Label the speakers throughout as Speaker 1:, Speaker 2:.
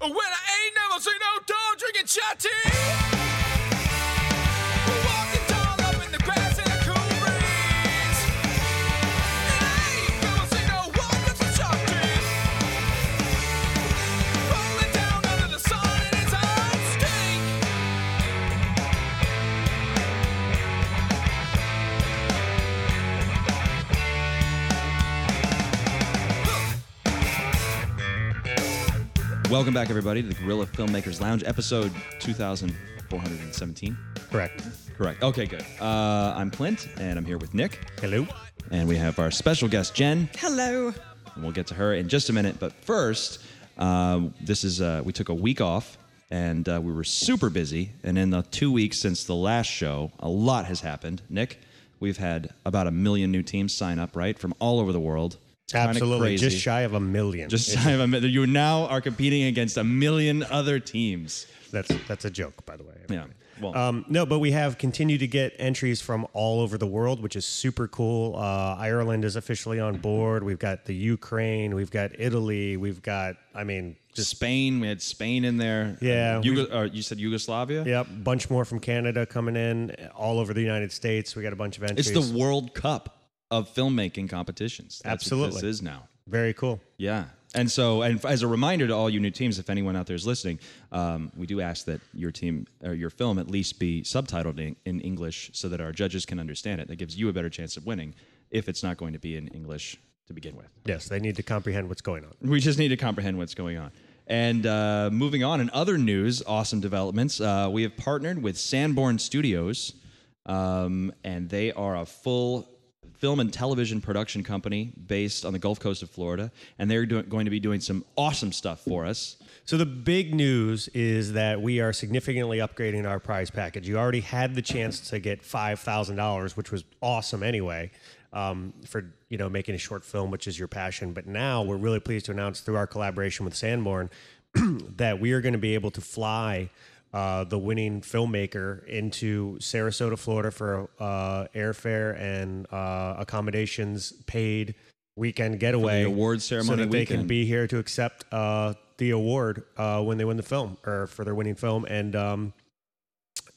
Speaker 1: Well, I ain't never seen no dog drinking chai tea. Walking tall up in the grass in a cool breeze. And I ain't never seen no one with a sharp teeth. Rolling down under the sun in its own stink.
Speaker 2: Welcome back, everybody, to the Guerrilla Filmmakers Lounge, episode 2417.
Speaker 3: Correct.
Speaker 2: Correct. Okay, good. Uh, I'm Clint, and I'm here with Nick,
Speaker 3: Hello.
Speaker 2: and we have our special guest, Jen,
Speaker 4: Hello.
Speaker 2: and we'll get to her in just a minute. But first, uh, this is uh, we took a week off, and uh, we were super busy. And in the two weeks since the last show, a lot has happened. Nick, we've had about a million new teams sign up, right, from all over the world. It's kinda
Speaker 3: Absolutely.
Speaker 2: crazy.
Speaker 3: Just shy of a million.
Speaker 2: Just shy of a mi- You now are competing against a million other teams.
Speaker 3: that's that's a joke, by the way.
Speaker 2: Yeah. Well,
Speaker 3: Um, no, but we have continued to get entries from all over the world, which is super cool. Uh, Ireland is officially on board. We've got the Ukraine. We've got Italy. We've got, I mean, just
Speaker 2: Spain. We had Spain in there.
Speaker 3: Yeah,
Speaker 2: Yugo- or you said Yugoslavia.
Speaker 3: yep, bunch more from Canada coming in, all over the United States. We got a bunch of entries.
Speaker 2: It's the World Cup of filmmaking competitions. That's What
Speaker 3: Absolutely.
Speaker 2: this is now.
Speaker 3: very cool.
Speaker 2: Yeah. And so, and as a reminder to all you new teams, if anyone out there is listening, um, we do ask that your team or your film at least be subtitled in, in English so that our judges can understand it. That gives you a better chance of winning if it's not going to be in English to begin with.
Speaker 3: Yes, they need to comprehend what's going on.
Speaker 2: We just need to comprehend what's going on. And uh, moving on, in other news, awesome developments. Uh, we have partnered with Sanborn Studios, um, and they are a full film and television production company based on the Gulf Coast of Florida, and they're doing going to be doing some awesome stuff for us.
Speaker 3: So the big news is that we are significantly upgrading our prize package. You already had the chance to get five thousand dollars, which was awesome anyway, um, for you know making a short film, which is your passion. But now we're really pleased to announce through our collaboration with Sanborn that we are going to be able to fly. Uh, the winning filmmaker into Sarasota, Florida, for uh, airfare and uh, accommodations paid weekend getaway
Speaker 2: award ceremony
Speaker 3: so that they can
Speaker 2: weekend.
Speaker 3: be be here to accept uh, the award uh, when they win the film or for their winning film. And um,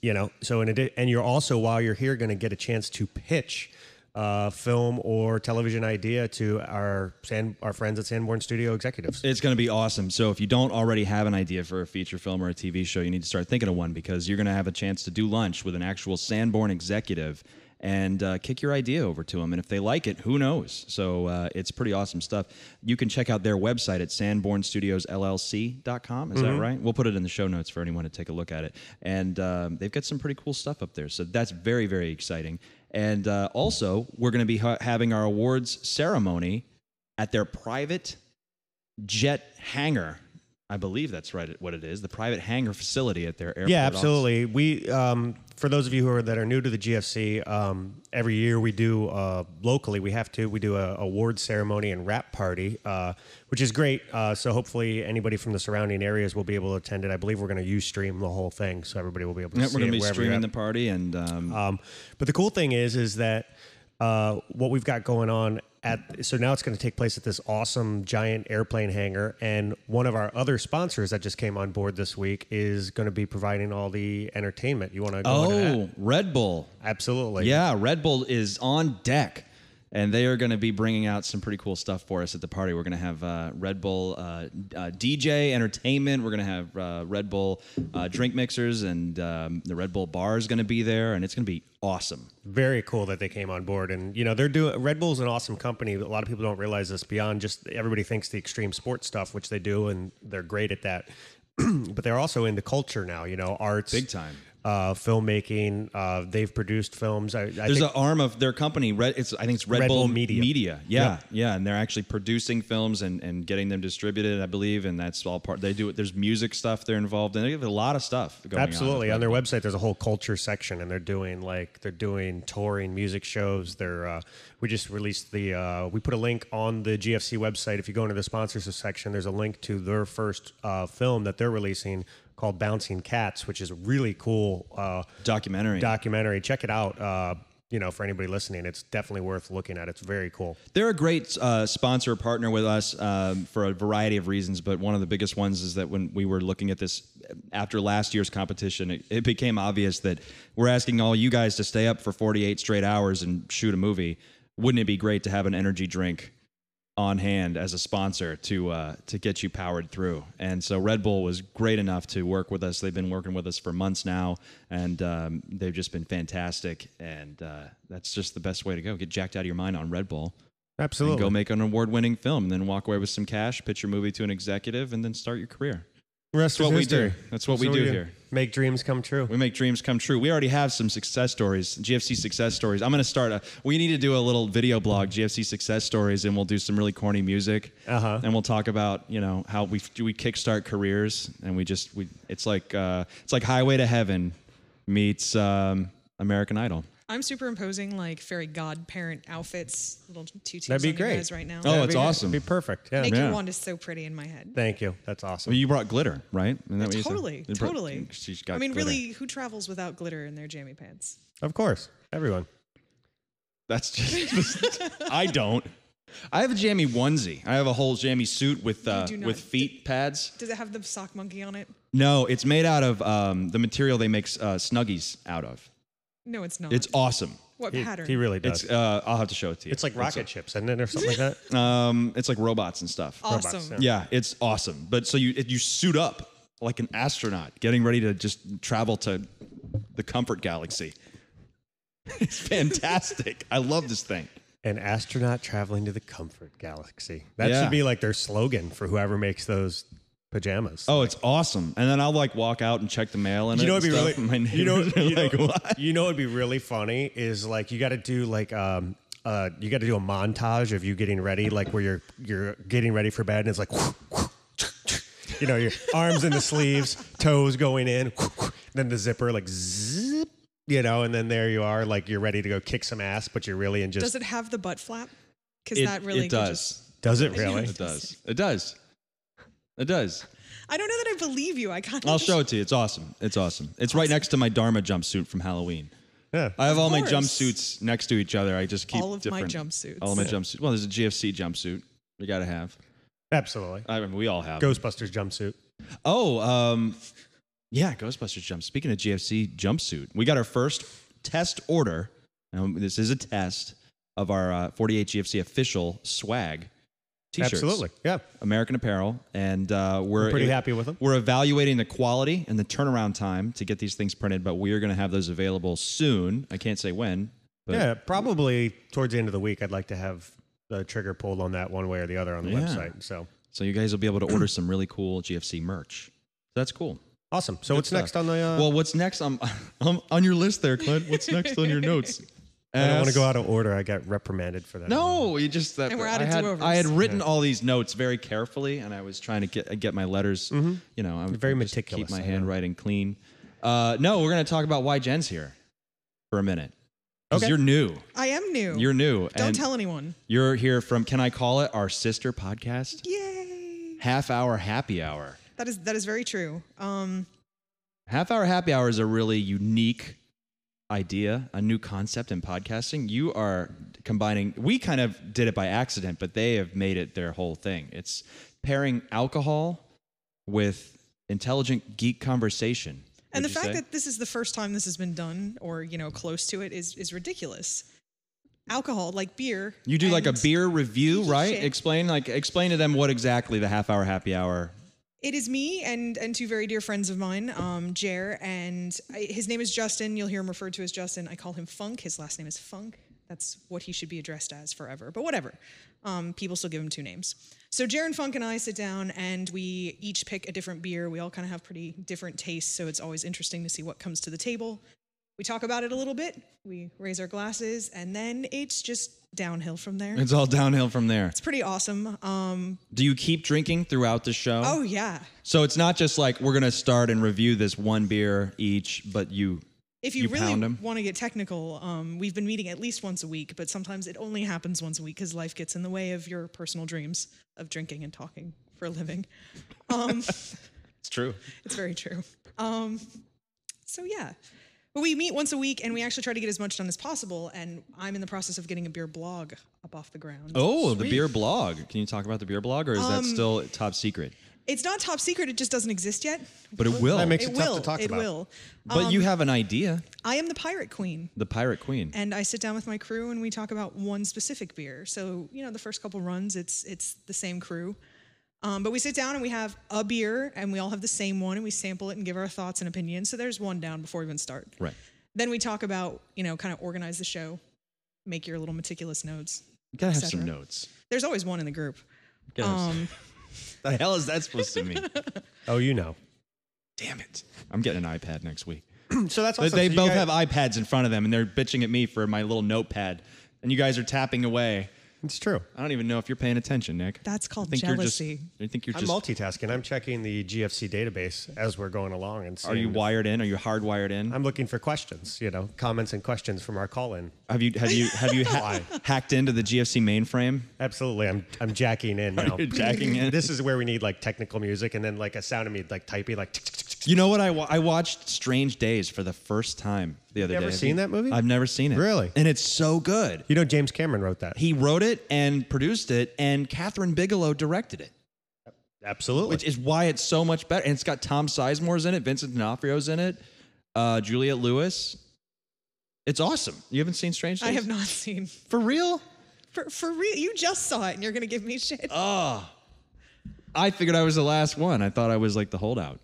Speaker 3: you know, so in addition, and you're also while you're here going to get a chance to pitch uh, film or television idea to our San, our friends at Sanborn Studio executives.
Speaker 2: It's going to be awesome. So if you don't already have an idea for a feature film or a TV show, you need to start thinking of one because you're going to have a chance to do lunch with an actual Sanborn executive and uh, kick your idea over to them. And if they like it, who knows? So uh, it's pretty awesome stuff. You can check out their website at sanbornstudiosllc.com. Is that right? We'll put it in the show notes for anyone to take a look at it. And um, they've got some pretty cool stuff up there. So that's very, very exciting. And uh, also, we're going to be ha- having our awards ceremony at their private jet hangar. I believe that's right. What it is, the private hangar facility at their airport.
Speaker 3: Yeah,
Speaker 2: office.
Speaker 3: absolutely. We um, for those of you who are that are new to the GFC, um, every year we do uh, locally. We have to we do a award ceremony and wrap party, uh, which is great. Uh, so hopefully anybody from the surrounding areas will be able to attend it. I believe we're going to stream the whole thing, so everybody will be able to.
Speaker 2: Yeah,
Speaker 3: see
Speaker 2: we're going
Speaker 3: it
Speaker 2: to be
Speaker 3: wherever you're
Speaker 2: streaming
Speaker 3: at.
Speaker 2: the party, and um,
Speaker 3: Um, but the cool thing is, is that uh, what we've got going on at so now it's going to take place at this awesome giant airplane hangar, and one of our other sponsors that just came on board this week is going to be providing all the entertainment. You want to go into that?
Speaker 2: oh, Red Bull.
Speaker 3: Absolutely.
Speaker 2: Yeah, Red Bull is on deck, and they are going to be bringing out some pretty cool stuff for us at the party. We're going to have uh, Red Bull uh, uh, DJ entertainment. We're going to have uh, Red Bull uh, drink mixers, and um, the Red Bull bar is going to be there, and it's going to be awesome.
Speaker 3: Very cool that they came on board, and you know they're doing. Red Bull's an awesome company. A lot of people don't realize this. Beyond just everybody thinks the extreme sports stuff, which they do, and they're great at that. but they're also into culture now. You know, arts,
Speaker 2: Big time.
Speaker 3: uh, filmmaking. Uh, they've produced films. I, I
Speaker 2: There's
Speaker 3: think-
Speaker 2: an arm of their company. Red, it's I think it's Red,
Speaker 3: Red
Speaker 2: Bull,
Speaker 3: Bull Media.
Speaker 2: Yeah, yeah, and they're actually producing films and, and getting them distributed, I believe, and that's all part. They do it. There's music stuff they're involved in. They have a lot of stuff. Going
Speaker 3: Absolutely.
Speaker 2: on,
Speaker 3: On, their website, there's a whole culture section, and they're doing like they're doing touring, music shows. They're uh, we just released the uh, we put a link on the GFC website. If you go into the sponsors section, there's a link to their first uh, film that they're releasing called Bouncing Cats, which is a really cool uh,
Speaker 2: documentary.
Speaker 3: documentary. Check it out. Uh, you know, for anybody listening, it's definitely worth looking at. It's very cool.
Speaker 2: They're a great uh, sponsor partner with us um, for a variety of reasons, but one of the biggest ones is that when we were looking at this after last year's competition, it, it became obvious that we're asking all you guys to stay up for 48 straight hours and shoot a movie. Wouldn't it be great to have an energy drink on hand as a sponsor to uh, to get you powered through? And so Red Bull was great enough to work with us. They've been working with us for months now, and um, they've just been fantastic. And uh, that's just the best way to go. Get jacked out of your mind on Red Bull and
Speaker 3: Absolutely.
Speaker 2: go make an award-winning film, and then walk away with some cash, pitch your movie to an executive, and then start your career.
Speaker 3: Rest
Speaker 2: That's what we do. That's what we do here.
Speaker 3: Make dreams come true.
Speaker 2: We make dreams come true. We already have some success stories, GFC success stories. I'm going to start a. We need to do a little video blog, GFC success stories, and we'll do some really corny music,
Speaker 3: Uh-huh.
Speaker 2: and we'll talk about you know how we we kickstart careers, and we just we it's like uh, it's like Highway to Heaven meets um, American Idol.
Speaker 4: I'm superimposing like fairy godparent outfits, little tutus
Speaker 3: That'd be
Speaker 4: on you
Speaker 3: great.
Speaker 4: guys right now.
Speaker 2: Oh,
Speaker 3: That'd
Speaker 2: it's
Speaker 3: be-
Speaker 2: awesome.
Speaker 3: Be perfect. Yeah.
Speaker 4: Nikki
Speaker 2: yeah.
Speaker 4: Wand is so pretty in my head.
Speaker 3: Thank you. That's awesome.
Speaker 2: Well, you brought glitter, right? Isn't that what you said?
Speaker 4: Totally,
Speaker 2: You brought-
Speaker 4: totally.
Speaker 2: She's got
Speaker 4: I mean,
Speaker 2: glitter.
Speaker 4: really, who travels without glitter in their jammy pants?
Speaker 3: Of course. Everyone.
Speaker 2: That's just I don't. I have a jammy onesie. I have a whole jammy suit with uh,
Speaker 4: do not.
Speaker 2: with feet pads.
Speaker 4: Does it have the sock monkey on it?
Speaker 2: No, it's made out of um, the material they make uh, snuggies out of.
Speaker 4: No, it's not.
Speaker 2: It's awesome.
Speaker 4: what
Speaker 3: He,
Speaker 4: pattern?
Speaker 3: he really does.
Speaker 2: It's
Speaker 3: It's,
Speaker 2: uh, I'll have to show it to you.
Speaker 3: like rocket ships, isn't it, or something like that?
Speaker 2: Um, it's like robots and stuff.
Speaker 4: awesome.
Speaker 3: robots, yeah.
Speaker 2: Yeah, it's awesome. But so you it, you suit up like an astronaut, getting ready to just travel to the comfort galaxy. It's fantastic. I love this thing.
Speaker 3: An astronaut traveling to the comfort galaxy. That
Speaker 2: Yeah.
Speaker 3: should be like their slogan for whoever makes those pajamas.
Speaker 2: Oh, it's awesome. And then I'll like walk out and check the mail and
Speaker 3: You know,
Speaker 2: it
Speaker 3: it'd be
Speaker 2: and
Speaker 3: really.
Speaker 2: stuff, and my
Speaker 3: you know,
Speaker 2: neighbors
Speaker 3: you
Speaker 2: are
Speaker 3: know,
Speaker 2: like, what?
Speaker 3: you know, it'd be really funny is like you got to do like um uh you got to do a montage of you getting ready, like where you're you're getting ready for bed, and it's like, you know, your arms in the sleeves, toes going in, then the zipper like zip, you know, and then there you are, like you're ready to go kick some ass, but you're really in just
Speaker 4: Does it have the butt flap? Because that really
Speaker 2: it
Speaker 4: could
Speaker 2: does.
Speaker 4: just-
Speaker 3: Does it
Speaker 4: really?
Speaker 2: It does. It does. It does.
Speaker 4: I don't know that I believe you. I kind of.
Speaker 2: I'll show it to you. It's awesome. It's awesome. It's right next to my Dharma jumpsuit from Halloween.
Speaker 3: Yeah.
Speaker 2: I have all my
Speaker 4: course.
Speaker 2: jumpsuits next to each other. I just keep
Speaker 4: All of my
Speaker 2: different-
Speaker 4: jumpsuits.
Speaker 2: All of my jumpsuits. Well, there's a GFC jumpsuit. We gotta have.
Speaker 3: Absolutely.
Speaker 2: I mean, we all have.
Speaker 3: Ghostbusters jumpsuit.
Speaker 2: Oh, um, yeah, Ghostbusters jump. Speaking of GFC jumpsuit, we got our first test order. Um, this is a test of our uh, 48 GFC official swag t-shirts.
Speaker 3: Absolutely. Yeah.
Speaker 2: American Apparel, and uh, we're,
Speaker 3: pretty happy with them.
Speaker 2: We're evaluating the quality and the turnaround time to get these things printed, but we are going to have those available soon. I can't say when. But
Speaker 3: Yeah. Probably towards the end of the week, I'd like to have the trigger pulled on that one way or the other on the
Speaker 2: Yeah.
Speaker 3: website. So
Speaker 2: So you guys will be able to order some really cool GFC merch. So that's cool.
Speaker 3: awesome. So what's
Speaker 2: stuff.
Speaker 3: next on the? Uh,
Speaker 2: Well, what's next on, on on your list there, Clint? What's next on your notes?
Speaker 3: I don't want to go out of order. I got reprimanded for that.
Speaker 2: No, you just that.
Speaker 4: And we're out
Speaker 2: I
Speaker 4: of
Speaker 2: had,
Speaker 4: do-overs.
Speaker 2: I had written all these notes very carefully, and I was trying to get get my letters. You know, I'm
Speaker 3: Mm-hmm. Very
Speaker 2: just
Speaker 3: meticulous,
Speaker 2: Keep my
Speaker 3: I know.
Speaker 2: handwriting clean. Uh, no, we're going to talk about why Jen's here for a minute. Because
Speaker 3: Okay.
Speaker 2: you're new.
Speaker 4: I am new.
Speaker 2: You're new.
Speaker 4: Don't
Speaker 2: and
Speaker 4: tell anyone.
Speaker 2: You're here from Can I Call It Our Sister Podcast?
Speaker 4: Yay!
Speaker 2: Half Hour Happy Hour.
Speaker 4: That is that is very true. Um,
Speaker 2: Half Hour Happy Hour is a really unique idea, a new concept in podcasting. You are combining, we kind of did it by accident, but they have made it their whole thing. It's pairing alcohol with intelligent geek conversation.
Speaker 4: and the
Speaker 2: would you
Speaker 4: fact
Speaker 2: say?
Speaker 4: that this is the first time this has been done, or you know, close to it, is is ridiculous. Alcohol, like beer,
Speaker 2: you do like a
Speaker 4: and
Speaker 2: beer review, right?
Speaker 4: shit.
Speaker 2: Explain like explain to them what exactly the half hour happy hour.
Speaker 4: It is me and and two very dear friends of mine, um, Jer, and I, his name is Justin. You'll hear him referred to as Justin. I call him Funk. His last name is Funk. That's what he should be addressed as forever. But whatever, um, people still give him two names. So Jer and Funk and I sit down and we each pick a different beer. We all kind of have pretty different tastes, so it's always interesting to see what comes to the table. We talk about it a little bit. We raise our glasses, and then it's just downhill from there.
Speaker 2: It's all downhill from there.
Speaker 4: It's pretty awesome. Um,
Speaker 2: Do you keep drinking throughout the show?
Speaker 4: oh yeah.
Speaker 2: So it's not just like we're gonna start and review this one beer each, but you
Speaker 4: If you,
Speaker 2: You pound
Speaker 4: really
Speaker 2: 'em?
Speaker 4: want to get technical, um, we've been meeting at least once a week, but sometimes it only happens once a week because life gets in the way of your personal dreams of drinking and talking for a living. Um,
Speaker 2: it's true.
Speaker 4: it's very true. Um, so yeah, But we meet once a week and we actually try to get as much done as possible. And I'm in the process of getting a beer blog up off the ground.
Speaker 2: Oh, the beer blog. Can you talk about the beer blog, or is that still top secret?
Speaker 4: It's not top secret, it just doesn't exist yet.
Speaker 2: But it will.
Speaker 3: That makes
Speaker 4: It
Speaker 3: it tough to
Speaker 4: will.
Speaker 3: talk
Speaker 4: it
Speaker 3: about.
Speaker 4: will.
Speaker 2: but you have an idea.
Speaker 4: I am the pirate queen.
Speaker 2: The Pirate Queen.
Speaker 4: and I sit down with my crew and we talk about one specific beer. So you know, the first couple runs, it's it's the same crew, um, but we sit down and we have a beer and we all have the same one and we sample it and give our thoughts and opinions. So there's one down before we even start.
Speaker 2: right.
Speaker 4: Then we talk about you know, kind of organize the show, make your little meticulous notes.
Speaker 2: You gotta have
Speaker 4: Et
Speaker 2: some
Speaker 4: cetera.
Speaker 2: notes.
Speaker 4: There's always one in the group.
Speaker 2: Gotta have some-
Speaker 4: Um,
Speaker 2: the hell is that supposed to mean?
Speaker 3: Oh, you know.
Speaker 2: Damn it! I'm getting an iPad next week.
Speaker 3: So that's awesome.
Speaker 2: They
Speaker 3: So you
Speaker 2: both
Speaker 3: guys-
Speaker 2: have iPads in front of them, and they're bitching at me for my little notepad. And you guys are tapping away.
Speaker 3: It's true.
Speaker 2: I don't even know if you're paying attention, Nick.
Speaker 4: That's called
Speaker 2: I think You're
Speaker 4: jealousy.
Speaker 2: just, I think you're
Speaker 3: I'm
Speaker 2: just.
Speaker 3: multitasking. I'm checking the GFC database as we're going along and
Speaker 2: are you
Speaker 3: seeing-
Speaker 2: wired in? Are you hardwired in?
Speaker 3: I'm looking for questions, you know, comments and questions from our call-in.
Speaker 2: have you have you have you ha- hacked into the GFC mainframe?
Speaker 3: Absolutely, I'm I'm jacking in now.
Speaker 2: You're jacking in.
Speaker 3: This is where we need like technical music and then like a sound of me like typing like. tick, tick, tick, tick, tick.
Speaker 2: You know what? I, wa- I watched Strange Days for the first time the other
Speaker 3: Never
Speaker 2: day. Have
Speaker 3: seen
Speaker 2: you-
Speaker 3: that movie?
Speaker 2: I've never seen it.
Speaker 3: Really?
Speaker 2: And it's so good.
Speaker 3: You know, James Cameron wrote that.
Speaker 2: He wrote it and produced it, and Catherine Bigelow directed it,
Speaker 3: Absolutely.
Speaker 2: which is why it's so much better. And it's got Tom Sizemore's in it, Vincent D'Onofrio's in it, uh, Juliette Lewis. It's awesome. You haven't seen Strange Days?
Speaker 4: I have not seen
Speaker 2: For real?
Speaker 4: for for real. You just saw it and you're gonna give me shit.
Speaker 2: Oh. I figured I was the last one. I thought I was like the holdout.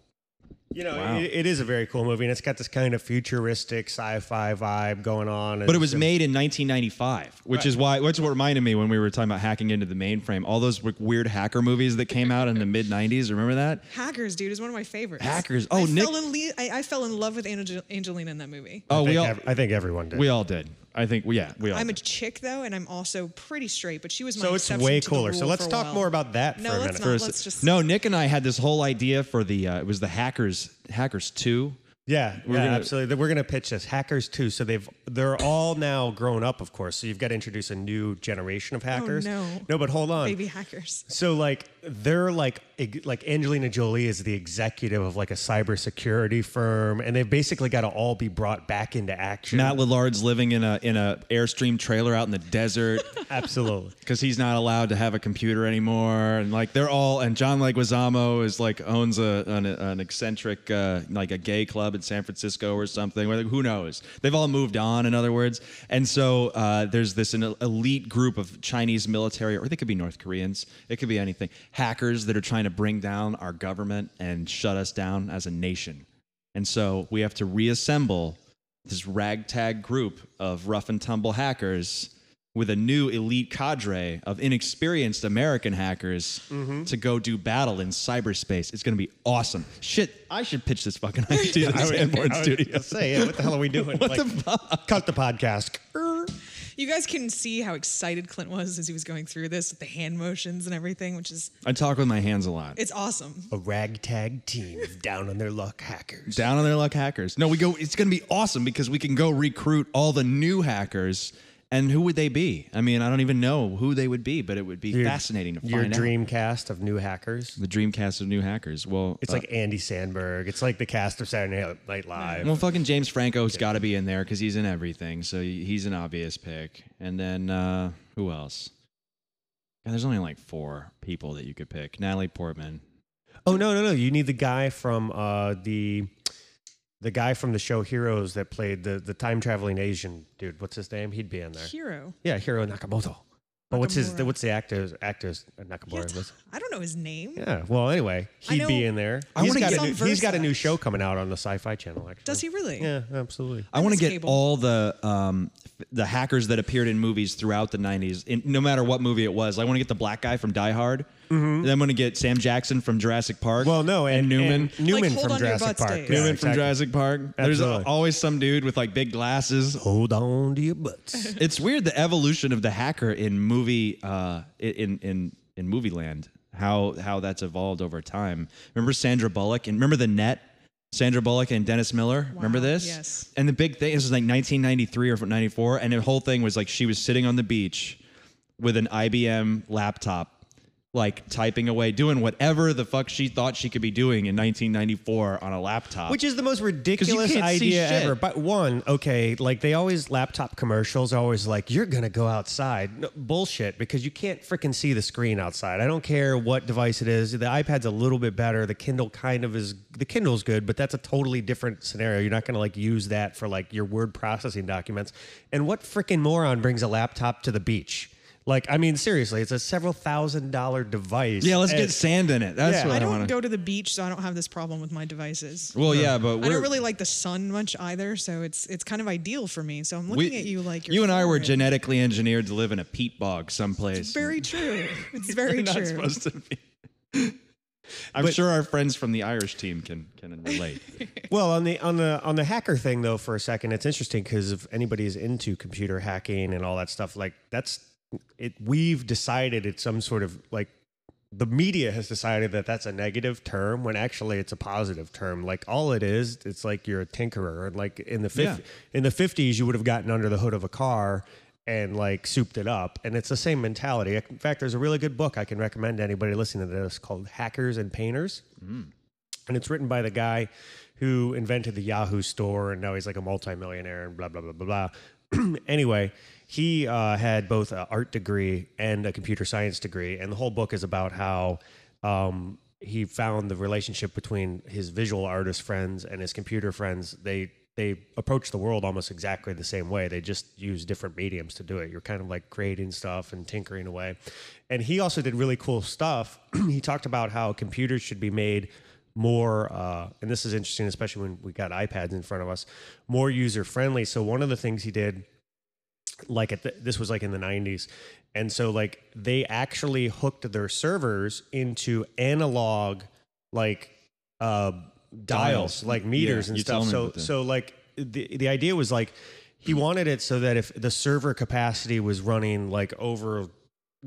Speaker 3: You know,
Speaker 2: Wow.
Speaker 3: it, it is a very cool movie, and it's got this kind of futuristic sci-fi vibe going on. and
Speaker 2: But it was
Speaker 3: some-
Speaker 2: made in 1995, which is why, which is what reminded me when we were talking about hacking into the mainframe. All those w- weird hacker movies that came out in the mid 90s. Remember that?
Speaker 4: Hackers, dude, is one of my favorites.
Speaker 2: Hackers.
Speaker 4: I
Speaker 2: Oh, Nick-
Speaker 4: fell in le- I, I fell in love with Angel- Angelina in that movie.
Speaker 2: Oh,
Speaker 3: I
Speaker 2: we
Speaker 3: think,
Speaker 2: all,
Speaker 3: ev- I think everyone did.
Speaker 2: we all did. I think, we yeah, we all.
Speaker 4: I'm a
Speaker 2: did.
Speaker 4: chick though, and I'm also pretty straight. But she was my
Speaker 3: so it's
Speaker 4: exception
Speaker 3: way
Speaker 4: to the
Speaker 3: cooler. So
Speaker 4: rule
Speaker 3: let's
Speaker 4: for a
Speaker 3: talk
Speaker 4: while.
Speaker 3: more about that
Speaker 4: No,
Speaker 3: for a
Speaker 4: let's
Speaker 3: minute.
Speaker 4: not.
Speaker 2: First-
Speaker 4: let's just-
Speaker 2: no, Nick and I had this whole idea for the, uh, it was the hackers, hackers two.
Speaker 3: Yeah,
Speaker 2: We're
Speaker 3: yeah,
Speaker 2: gonna-
Speaker 3: absolutely. We're going to pitch this hackers too. So they've they're all now grown up, of course. So you've got to introduce a new generation of hackers.
Speaker 4: Oh, no.
Speaker 3: no, but hold on.
Speaker 4: baby hackers.
Speaker 3: So like they're like eg- like Angelina Jolie is the executive of like a cybersecurity firm, and they've basically got to all be brought back into action.
Speaker 2: Matt Lillard's living in a, in a Airstream trailer out in the desert.
Speaker 3: absolutely.
Speaker 2: because he's not allowed to have a computer anymore, and like they're all and John Leguizamo is like owns a an, an eccentric uh, like a gay club in San Francisco or something. Like, who knows? They've all moved on, in other words, and so uh, there's this an elite group of Chinese military, or they could be North Koreans, it could be anything, hackers that are trying to bring down our government and shut us down as a nation, and so we have to reassemble this ragtag group of rough and tumble hackers with a new elite cadre of inexperienced American hackers
Speaker 3: Mm-hmm.
Speaker 2: to go do battle in cyberspace. It's going to be awesome. Shit, I should pitch this fucking idea to the Sanborn
Speaker 3: I was
Speaker 2: Studio.
Speaker 3: gonna Say, Oh, yeah, what the hell are we doing? what
Speaker 2: the
Speaker 3: fuck? Cut the podcast.
Speaker 4: You guys can see how excited Clint was as he was going through this with the hand motions and everything, which is
Speaker 2: I talk with my hands a lot.
Speaker 4: it's awesome.
Speaker 3: A ragtag team of down on their luck hackers.
Speaker 2: Down on their luck, hackers. No, we go. It's going to be awesome because we can go recruit all the new hackers. And who would they be? I mean, I don't even know who they would be, but it would be fascinating to find
Speaker 3: Your
Speaker 2: out.
Speaker 3: dream cast of new hackers.
Speaker 2: The dream cast of new hackers. Well,
Speaker 3: It's
Speaker 2: uh,
Speaker 3: like Andy Sandberg. It's like the cast of Saturday Night Live.
Speaker 2: Well, fucking James Franco's got to be in there because he's in everything, so he- he's an obvious pick. And then uh, who else? God, there's only like four people that you could pick. Natalie Portman.
Speaker 3: Oh no, no, no! You need the guy from uh, the the guy from the show Heroes that played the the time traveling Asian dude. What's his name? He'd be in there.
Speaker 4: Hero.
Speaker 3: Yeah, Hiro Nakamoto. But what's his?
Speaker 4: Nakamura.
Speaker 3: What's the actor's actor's uh, Nakamura?
Speaker 4: Yeah,
Speaker 3: was-
Speaker 4: I don't know his name.
Speaker 3: Yeah. Well, anyway,
Speaker 4: I
Speaker 3: he'd be
Speaker 4: know-
Speaker 3: in there.
Speaker 2: I
Speaker 3: He's
Speaker 2: wanna
Speaker 3: got
Speaker 2: get-
Speaker 3: a new,
Speaker 4: Some
Speaker 3: he's got a new
Speaker 4: Versace.
Speaker 3: show coming out on the Sci-Fi Channel. Actually,
Speaker 4: Does he really?
Speaker 3: Yeah, absolutely.
Speaker 2: I want to
Speaker 4: miss
Speaker 2: get
Speaker 4: cable.
Speaker 2: all the um, f- the hackers that appeared in movies throughout the '90s, in, no matter what movie it was. I want to get the black guy from Die Hard. And Then I'm going to get Sam Jackson from Jurassic Park.
Speaker 3: Mm-hmm. Well, no, and,
Speaker 2: Newman.
Speaker 3: and Newman
Speaker 4: Like, hold
Speaker 3: from
Speaker 4: on to your
Speaker 3: Jurassic
Speaker 4: butts,
Speaker 3: Park.
Speaker 4: Dave.
Speaker 3: Yeah,
Speaker 2: Newman from
Speaker 3: exactly.
Speaker 2: Jurassic Park. There's
Speaker 3: Absolutely.
Speaker 2: a, always some dude with like big glasses.
Speaker 3: Hold on to your butts.
Speaker 2: it's weird the evolution of the hacker in movie uh in in in movie land how how that's evolved over time remember sandra bullock and remember the net sandra bullock and dennis miller remember
Speaker 4: Wow,
Speaker 2: this
Speaker 4: yes.
Speaker 2: and the big thing this was like 1993 or 94 and the whole thing was like she was sitting on the beach with an ibm laptop like typing away, doing whatever the fuck she thought she could be doing in 1994 on a laptop.
Speaker 3: Which is the most ridiculous
Speaker 2: can't see
Speaker 3: idea
Speaker 2: shit.
Speaker 3: ever. But one, okay, like they always laptop commercials are always like you're gonna go outside. No, bullshit, because you can't freaking see the screen outside. I don't care what device it is. The iPad's a little bit better. The Kindle kind of is. The Kindle's good, but that's a totally different scenario. You're not gonna like use that for like your word processing documents. And what freaking moron brings a laptop to the beach? Like, I mean, seriously, it's a several thousand dollar device.
Speaker 2: yeah, let's
Speaker 3: And-
Speaker 2: get sand in it. That's
Speaker 3: Yeah.
Speaker 2: what
Speaker 4: I
Speaker 2: I,
Speaker 4: don't
Speaker 2: want to.
Speaker 4: go to the beach, so I don't have this problem with my devices.
Speaker 2: Well, yeah, but
Speaker 4: I
Speaker 2: we're
Speaker 4: don't really like the sun much either, so it's it's kind of ideal for me. So I'm looking at you like you're
Speaker 2: you and I were
Speaker 4: foreign.
Speaker 2: genetically engineered to live in a peat bog someplace.
Speaker 4: Very true. It's very
Speaker 2: We're not
Speaker 4: true.
Speaker 2: supposed to be. I'm sure our friends from the Irish team can can relate.
Speaker 3: Well, on the on the on the hacker thing though, for a second, it's interesting because if anybody's into computer hacking and all that stuff, like that's it. We've decided it's some sort of like the media has decided that that's a negative term when actually it's a positive term. Like all it is, it's like you're a tinkerer. And like in the fif- in the fifties, you would have gotten under the hood of a car and like souped it up. And it's the same mentality. In fact, there's a really good book I can recommend to anybody listening to this called Hackers and Painters and it's written by the guy who invented the Yahoo store, and now he's like a multimillionaire and blah blah blah blah blah. anyway, he uh, had both an art degree and a computer science degree, and the whole book is about how um, he found the relationship between his visual artist friends and his computer friends. They they approach the world almost exactly the same way. They just use different mediums to do it. You're kind of like creating stuff and tinkering away. And he also did really cool stuff. he talked about how computers should be made more uh, and this is interesting especially when we got ipads in front of us more user friendly so one of the things he did like at the, this was like in the 90s and so like they actually hooked their servers into analog like uh dials
Speaker 2: Dials.
Speaker 3: like meters
Speaker 2: Yeah,
Speaker 3: and
Speaker 2: you tell
Speaker 3: stuff
Speaker 2: me
Speaker 3: so
Speaker 2: about that.
Speaker 3: so like the the idea was like he wanted it so that if the server capacity was running like over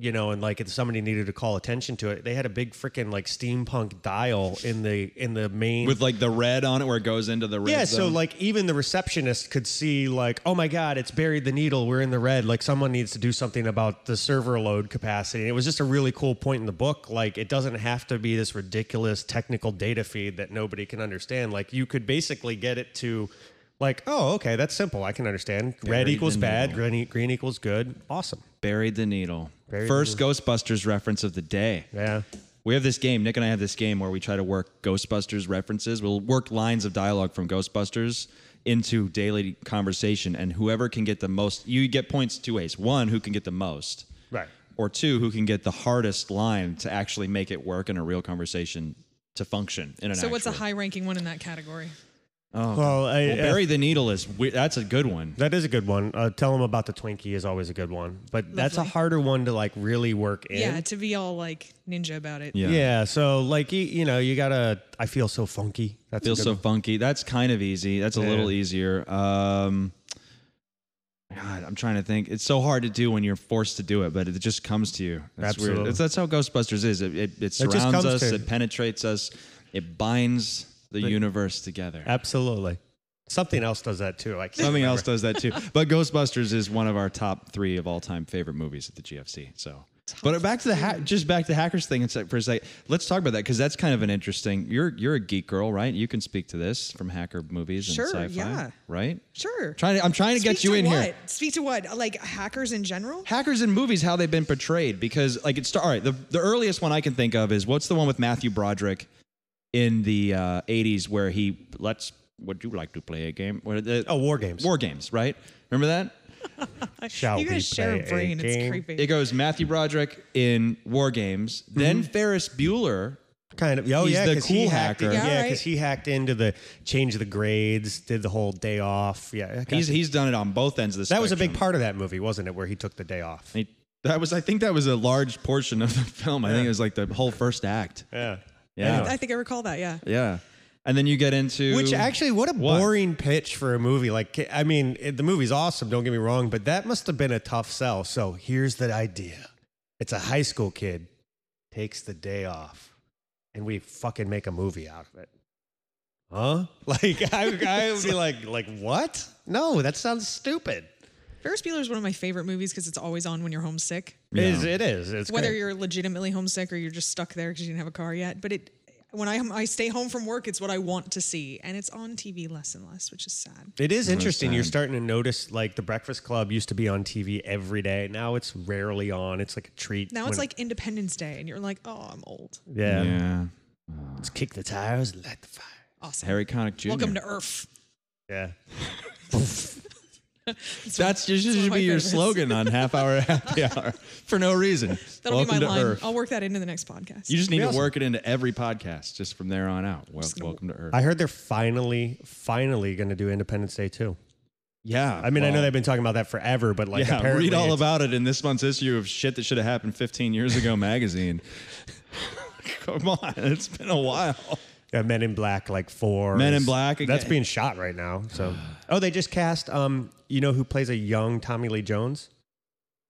Speaker 3: you know, and like if somebody needed to call attention to it, they had a big freaking like steampunk dial in the in the main
Speaker 2: With like the red on it where it goes into the red.
Speaker 3: yeah, so
Speaker 2: zone.
Speaker 3: like even the receptionist could see like, oh my god, it's buried the needle. We're in the red. Like someone needs to do something about the server load capacity. And it was just a really cool point in the book. Like it doesn't have to be this ridiculous technical data feed that nobody can understand. Like you could basically get it to like, oh, okay, that's simple. I can understand. red
Speaker 2: the
Speaker 3: equals bad,
Speaker 2: needle.
Speaker 3: green, e, green equals good. Awesome.
Speaker 2: buried the needle.
Speaker 3: Buried the
Speaker 2: First Ghostbusters reference of the day.
Speaker 3: Yeah.
Speaker 2: We have this game. Nick and I have this game where we try to work Ghostbusters references. We'll work lines of dialogue from Ghostbusters into daily conversation, and whoever can get the most, you get points two ways. One, who can get the most,
Speaker 3: Right.
Speaker 2: or two, who can get the hardest line to actually make it work in a real conversation to function in an.
Speaker 4: So what's a
Speaker 2: actual- Oh.
Speaker 4: high-ranking one in that category?
Speaker 3: Well, I, uh,
Speaker 2: Well, bury the needle is we- that's a good one.
Speaker 3: That is a good one. Uh, tell them about the Twinkie is always a good one, but that's a
Speaker 4: Lovely.
Speaker 3: harder one to like really work in.
Speaker 4: Yeah, to be all like ninja about it.
Speaker 2: Yeah.
Speaker 3: Yeah. So like you, you know, you gotta. I feel so funky. That's
Speaker 2: Feel
Speaker 3: a good
Speaker 2: so
Speaker 3: one.
Speaker 2: funky. That's kind of easy. That's a
Speaker 3: Yeah.
Speaker 2: little easier. Um, God, I'm trying to think. It's so hard to do when you're forced to do it, but it just comes to you. That's
Speaker 3: Absolutely.
Speaker 2: weird. It's, that's how Ghostbusters is. It, it, it
Speaker 3: just
Speaker 2: surrounds
Speaker 3: comes
Speaker 2: us.
Speaker 3: to-
Speaker 2: It penetrates us. It binds the, universe together.
Speaker 3: Absolutely. Something else does that too. Like
Speaker 2: Something else does that too. But Ghostbusters is one of our top three of all time favorite movies at the GFC. So, but back to the ha- just back to the hackers thing and sec- for a sec. Let's talk about that because that's kind of an interesting. You're you're a geek girl, right? You can speak to this from hacker movies
Speaker 4: Sure,
Speaker 2: and sci-fi,
Speaker 4: yeah.
Speaker 2: right?
Speaker 4: Sure.
Speaker 2: Trying to, I'm trying to get you in
Speaker 4: what?
Speaker 2: here.
Speaker 4: Speak to what? Like hackers in general?
Speaker 2: Hackers in movies, how they've been portrayed because like it's all right. The the earliest one I can think of is what's the one with Matthew Broderick in the uh, 80s where he let's would you like to play a game? What, the,
Speaker 3: Oh, war games.
Speaker 2: War games, right? Remember that?
Speaker 3: Shall
Speaker 4: you
Speaker 3: we
Speaker 4: guys share
Speaker 3: play
Speaker 4: a brain. It's
Speaker 3: game?
Speaker 4: creepy.
Speaker 2: It goes Matthew Broderick in War Games, then
Speaker 3: Mm-hmm.
Speaker 2: Ferris Bueller.
Speaker 3: Kind of. Oh
Speaker 2: He's
Speaker 3: yeah.
Speaker 2: the
Speaker 3: 'cause he
Speaker 2: cool
Speaker 3: hacked
Speaker 2: hacker.
Speaker 3: in-
Speaker 4: Yeah,
Speaker 3: Yeah,
Speaker 4: right.
Speaker 3: because he hacked into the change the grades, did the whole day off. Yeah.
Speaker 2: He's he's done it on both ends of the
Speaker 3: that was a big
Speaker 2: spectrum.
Speaker 3: part of that movie, wasn't it? Where he took the day off.
Speaker 2: He- that was I think that was a large portion of the film. I think it was like the whole first act.
Speaker 3: Yeah.
Speaker 2: Yeah.
Speaker 4: I think I recall that, yeah.
Speaker 2: yeah. And then you get into
Speaker 3: Which actually, what a
Speaker 2: What?
Speaker 3: boring pitch for a movie. Like, I mean, it, the movie's awesome. Don't get me wrong, but that must have been a tough sell. So here's the idea: it's a high school kid takes the day off, and we fucking make a movie out of it. Huh? Like, I, I would be like, like what? No, that sounds stupid.
Speaker 4: Ferris Bueller is one of my favorite movies because it's always on when you're homesick.
Speaker 3: It is. It is. It's
Speaker 4: whether
Speaker 3: great.
Speaker 4: you're legitimately homesick or you're just stuck there because you didn't have a car yet. But it, when I I stay home from work, it's what I want to see, and it's on TV less and less, which is sad.
Speaker 3: It is interesting. You're
Speaker 2: sad.
Speaker 3: starting to notice like the Breakfast Club used to be on TV every day. Now it's rarely on. It's like a treat.
Speaker 4: Now
Speaker 3: when-
Speaker 4: it's like Independence Day, and you're like, oh, I'm old.
Speaker 3: yeah.
Speaker 2: Yeah.
Speaker 3: Let's kick the tires, and light the fire.
Speaker 4: Awesome.
Speaker 2: Harry Connick Jr.
Speaker 4: Welcome to Earth.
Speaker 3: Yeah.
Speaker 2: That's just
Speaker 4: one
Speaker 2: should
Speaker 4: of my
Speaker 2: be your
Speaker 4: favorites.
Speaker 2: slogan on half hour happy hour for no reason.
Speaker 4: That'll
Speaker 2: welcome
Speaker 4: be my
Speaker 2: to
Speaker 4: line. Oh,
Speaker 2: Earth.
Speaker 4: I'll work that into the next podcast.
Speaker 2: You just need
Speaker 3: Be
Speaker 2: to
Speaker 3: awesome.
Speaker 2: work it into every podcast just from there on out. Well, welcome to Earth.
Speaker 3: I heard they're finally, finally going to do Independence Day too.
Speaker 2: yeah.
Speaker 3: I mean, I know
Speaker 2: well,
Speaker 3: they've been talking about that forever, but like,
Speaker 2: Yeah,
Speaker 3: apparently
Speaker 2: read all
Speaker 3: it's-
Speaker 2: about it in this month's issue of shit that should have happened 15 years ago magazine. Come on, it's been a while.
Speaker 3: Yeah, Men in Black, like four.
Speaker 2: Men
Speaker 3: is-
Speaker 2: in Black
Speaker 3: That's
Speaker 2: again.
Speaker 3: being shot right now. So, oh, they just cast. Um, you know who plays a young Tommy Lee Jones?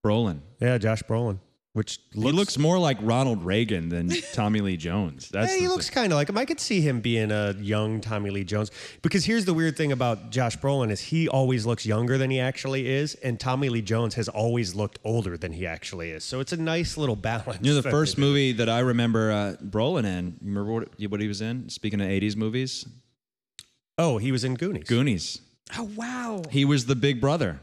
Speaker 2: Brolin.
Speaker 3: Yeah, Josh Brolin. Which looks,
Speaker 2: he looks more like Ronald Reagan than Tommy Lee Jones. That's
Speaker 3: Yeah,
Speaker 2: the
Speaker 3: he
Speaker 2: thing.
Speaker 3: looks kind of like him. I could see him being a young Tommy Lee Jones. Because here's the weird thing about Josh Brolin is he always looks younger than he actually is, and Tommy Lee Jones has always looked older than he actually is. So it's a nice little balance.
Speaker 2: You know, the
Speaker 3: that
Speaker 2: first
Speaker 3: they-
Speaker 2: movie that I remember uh, Brolin in, you remember what, what he was in? Speaking of 80s movies,
Speaker 3: Oh, he was in Goonies.
Speaker 2: Goonies.
Speaker 4: oh wow.
Speaker 2: He was the big brother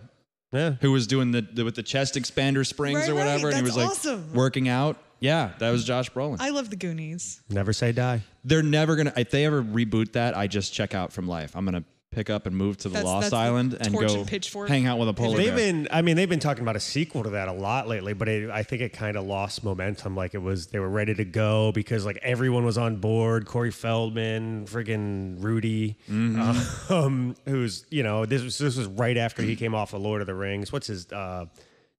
Speaker 3: yeah.
Speaker 2: who was doing the, the with the chest expander springs
Speaker 4: Right,
Speaker 2: or
Speaker 4: right.
Speaker 2: whatever. and he
Speaker 4: That's
Speaker 2: was like
Speaker 4: awesome.
Speaker 2: working out. Yeah, that was Josh Brolin.
Speaker 4: I love the Goonies.
Speaker 3: Never say die.
Speaker 2: They're never going to, if they ever reboot that, I just check out from life. I'm going to pick up and move to the
Speaker 4: That's-
Speaker 2: Lost
Speaker 4: that's the
Speaker 2: Island and
Speaker 4: torch
Speaker 2: go
Speaker 4: and pitchfork.
Speaker 2: hang out with a polar
Speaker 3: They've
Speaker 2: bear.
Speaker 3: been, I mean, they've been talking about a sequel to that a lot lately, but it, I think it kind of lost momentum. Like it was, they were ready to go because like everyone was on board. Corey Feldman, friggin' Rudy,
Speaker 2: Mm-hmm.
Speaker 3: um, who's you know this was this was right after he came off of Lord of the Rings. What's his uh,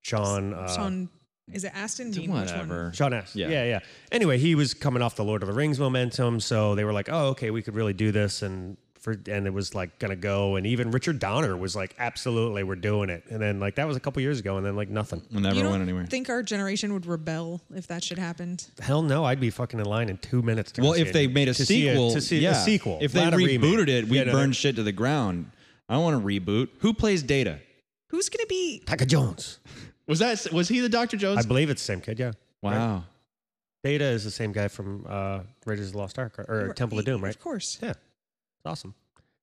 Speaker 3: Sean? Uh, Sean.
Speaker 4: Sean, is it Aston Dean? Which one?
Speaker 2: whatever.
Speaker 3: S.
Speaker 2: Yeah.
Speaker 3: Yeah. yeah, Anyway, he was coming off the Lord of the Rings momentum, so they were like, "Oh, okay, we could really do this," and for and it was like gonna go. And even Richard Donner was like, "Absolutely, we're doing it." And then like that was a couple years ago, and then like nothing.
Speaker 2: We'll never
Speaker 4: You don't
Speaker 2: went anywhere.
Speaker 4: think our generation would rebel if that shit happened?
Speaker 3: Hell no, I'd be fucking in line in two minutes. To go
Speaker 2: Well,
Speaker 3: see
Speaker 2: if they
Speaker 3: it.
Speaker 2: made a
Speaker 3: To see
Speaker 2: sequel,
Speaker 3: to see
Speaker 2: yeah.
Speaker 3: a sequel.
Speaker 2: If they
Speaker 3: not a
Speaker 2: rebooted
Speaker 3: remake.
Speaker 2: it, we'd
Speaker 3: Yeah, no,
Speaker 2: burn
Speaker 3: no.
Speaker 2: shit to the ground. I don't want to reboot. Who plays Data?
Speaker 4: Who's gonna be?
Speaker 3: Taka Jones.
Speaker 2: Was that was he the Doctor
Speaker 3: I
Speaker 2: Jones?
Speaker 3: believe it's the same kid. Yeah. Right?
Speaker 2: wow.
Speaker 3: Data is the same guy from uh, Raiders of the Lost Ark or, or Temple of Doom, right?
Speaker 4: Of course.
Speaker 3: Yeah. It's awesome.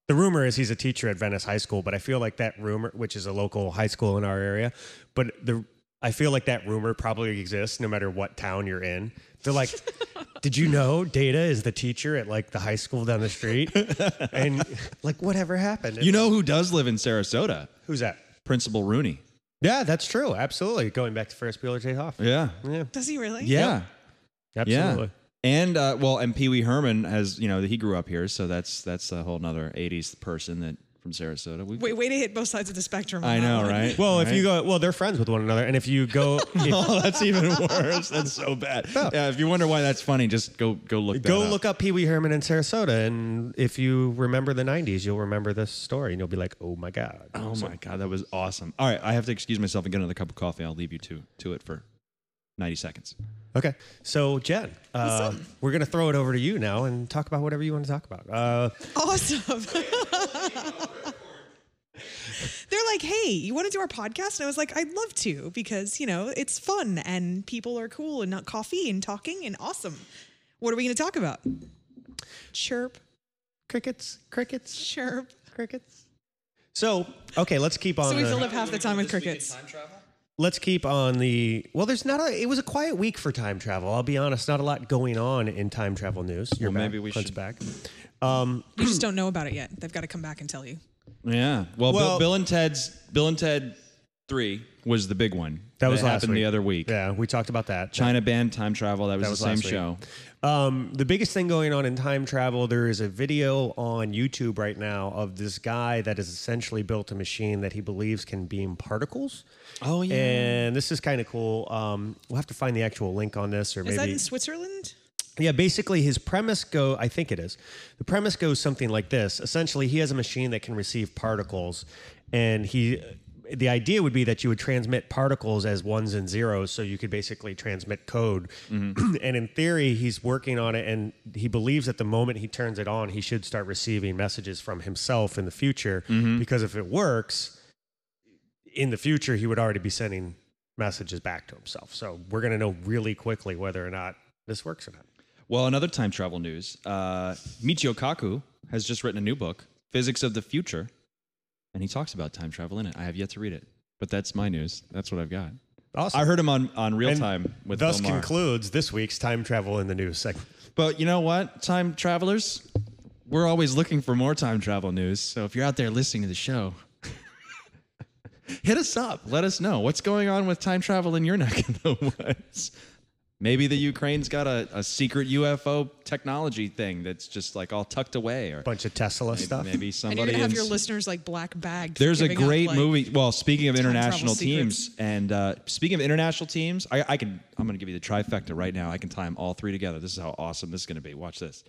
Speaker 3: The rumor is he's a teacher at Venice High School, but I feel like that rumor, which is a local high school in our area, but the I feel like that rumor probably exists no matter what town you're in. They're like, "Did you know Data is the teacher at like the high school down the street?" and like, whatever happened?
Speaker 2: You know who does live in Sarasota?
Speaker 3: who's that?
Speaker 2: Principal Rooney.
Speaker 3: Yeah, that's true. Absolutely. Going back to Ferris Bueller J. Hoff.
Speaker 2: Yeah.
Speaker 3: Yeah,
Speaker 4: Does he really?
Speaker 2: Yeah.
Speaker 3: absolutely.
Speaker 2: Yeah. And uh, well, and Pee Wee Herman has you know he grew up here, so that's that's a whole nother '80s person that from Sarasota. We,
Speaker 4: Wait, way to hit both sides of the spectrum. on
Speaker 2: I
Speaker 4: that
Speaker 2: know,
Speaker 4: one.
Speaker 2: right?
Speaker 3: Well, if
Speaker 2: Right?
Speaker 3: you go, well, they're friends with one another, and if you go, if,
Speaker 2: oh, that's even worse. That's so bad. Yeah, if you wonder why that's funny, just go go look. that
Speaker 3: Go
Speaker 2: up.
Speaker 3: look up Pee Wee Herman in Sarasota, and if you remember the '90s, you'll remember this story, and you'll be like, "Oh my god!"
Speaker 2: Oh my god, that was awesome. All right, I have to excuse myself and get another cup of coffee. I'll leave you to to it for 90 seconds.
Speaker 3: Okay, so Jen, uh, we're gonna throw it over to you now and talk about whatever you want to talk about. Uh,
Speaker 4: Awesome. They're like, hey, you want to do our podcast? And I was like, I'd love to because, you know, it's fun and people are cool and not coffee and talking and awesome. What are we going to talk about? Chirp,
Speaker 3: crickets, crickets,
Speaker 4: chirp.
Speaker 3: crickets. So okay, let's keep
Speaker 2: Oh,
Speaker 3: on.
Speaker 4: So we
Speaker 3: the-
Speaker 4: fill up half the time with crickets.
Speaker 3: let's keep on the well. There's not a. It was a quiet week for time travel. I'll be honest. Not a lot going on in time travel news. You're
Speaker 2: Well,
Speaker 3: back.
Speaker 2: maybe we
Speaker 3: Clint's
Speaker 2: should-
Speaker 3: back. Um,
Speaker 4: You just don't know about it yet. They've got to come back and tell you.
Speaker 2: Yeah. Well, Bill- Bill,
Speaker 3: Well-
Speaker 2: and Ted's Bill and Ted 3 was the big one.
Speaker 3: That was last
Speaker 2: happened
Speaker 3: week.
Speaker 2: the other week.
Speaker 3: Yeah, we talked about that.
Speaker 2: China banned time travel. That was,
Speaker 3: That was
Speaker 2: the same
Speaker 3: last week.
Speaker 2: show.
Speaker 3: Um, the biggest thing going on in time travel, there is a video on YouTube right now of this guy that has essentially built a machine that he believes can beam particles.
Speaker 2: Oh, yeah.
Speaker 3: And this is kind of cool. Um, we'll have to find the actual link on this, or
Speaker 4: Is that
Speaker 3: maybe
Speaker 4: in Switzerland?
Speaker 3: yeah, basically his premise go I think it is. The premise goes something like this. Essentially, he has a machine that can receive particles and he the idea would be that you would transmit particles as ones and zeros so you could basically transmit code. and in theory, he's working on it and he believes that the moment he turns it on, he should start receiving messages from himself in the future because if it works, in the future he would already be sending messages back to himself. So we're going to know really quickly whether or not this works or not.
Speaker 2: Well, another time travel news. Uh, Michio Kaku has just written a new book, Physics of the Future, and he talks about time travel in it. I have yet to read it, but that's my news. That's what I've got.
Speaker 3: Awesome.
Speaker 2: I heard him on, on real
Speaker 3: And
Speaker 2: time with
Speaker 3: thus
Speaker 2: Bill Maher.
Speaker 3: concludes this week's time travel in the news segment.
Speaker 2: But you know what, time travelers, we're always looking for more time travel news. So if you're out there listening to the show, hit us up. Let us know what's going on with time travel in your neck of the woods. Maybe the Ukraine's got a, a secret UFO technology thing that's just like all tucked away, or
Speaker 3: Bunch of Tesla stuff.
Speaker 2: maybe
Speaker 4: And you're
Speaker 2: somebody.
Speaker 4: gonna have
Speaker 2: in-
Speaker 4: your listeners like black bagged. for
Speaker 2: There's a
Speaker 4: giving up,
Speaker 2: great
Speaker 4: like-
Speaker 2: movie. Well, speaking of
Speaker 4: travel
Speaker 2: international
Speaker 4: secrets.
Speaker 2: teams, and uh, speaking of international teams, I, I can. I'm going to give you the trifecta right now. I can tie them all three together. This is how awesome this is going to be. Watch this.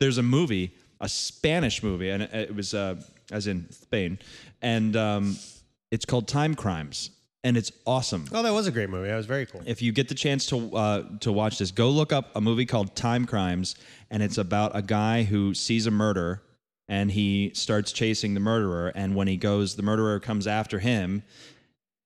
Speaker 2: There's a movie, a Spanish movie, and it- it was uh, as in Spain, and um, it's called Time Crimes, and it's awesome.
Speaker 3: Oh, that was a great movie. That was very cool.
Speaker 2: If you get the chance to uh, to watch this, go look up a movie called Time Crimes, and it's about a guy who sees a murder and he starts chasing the murderer. And when he goes, the murderer comes after him.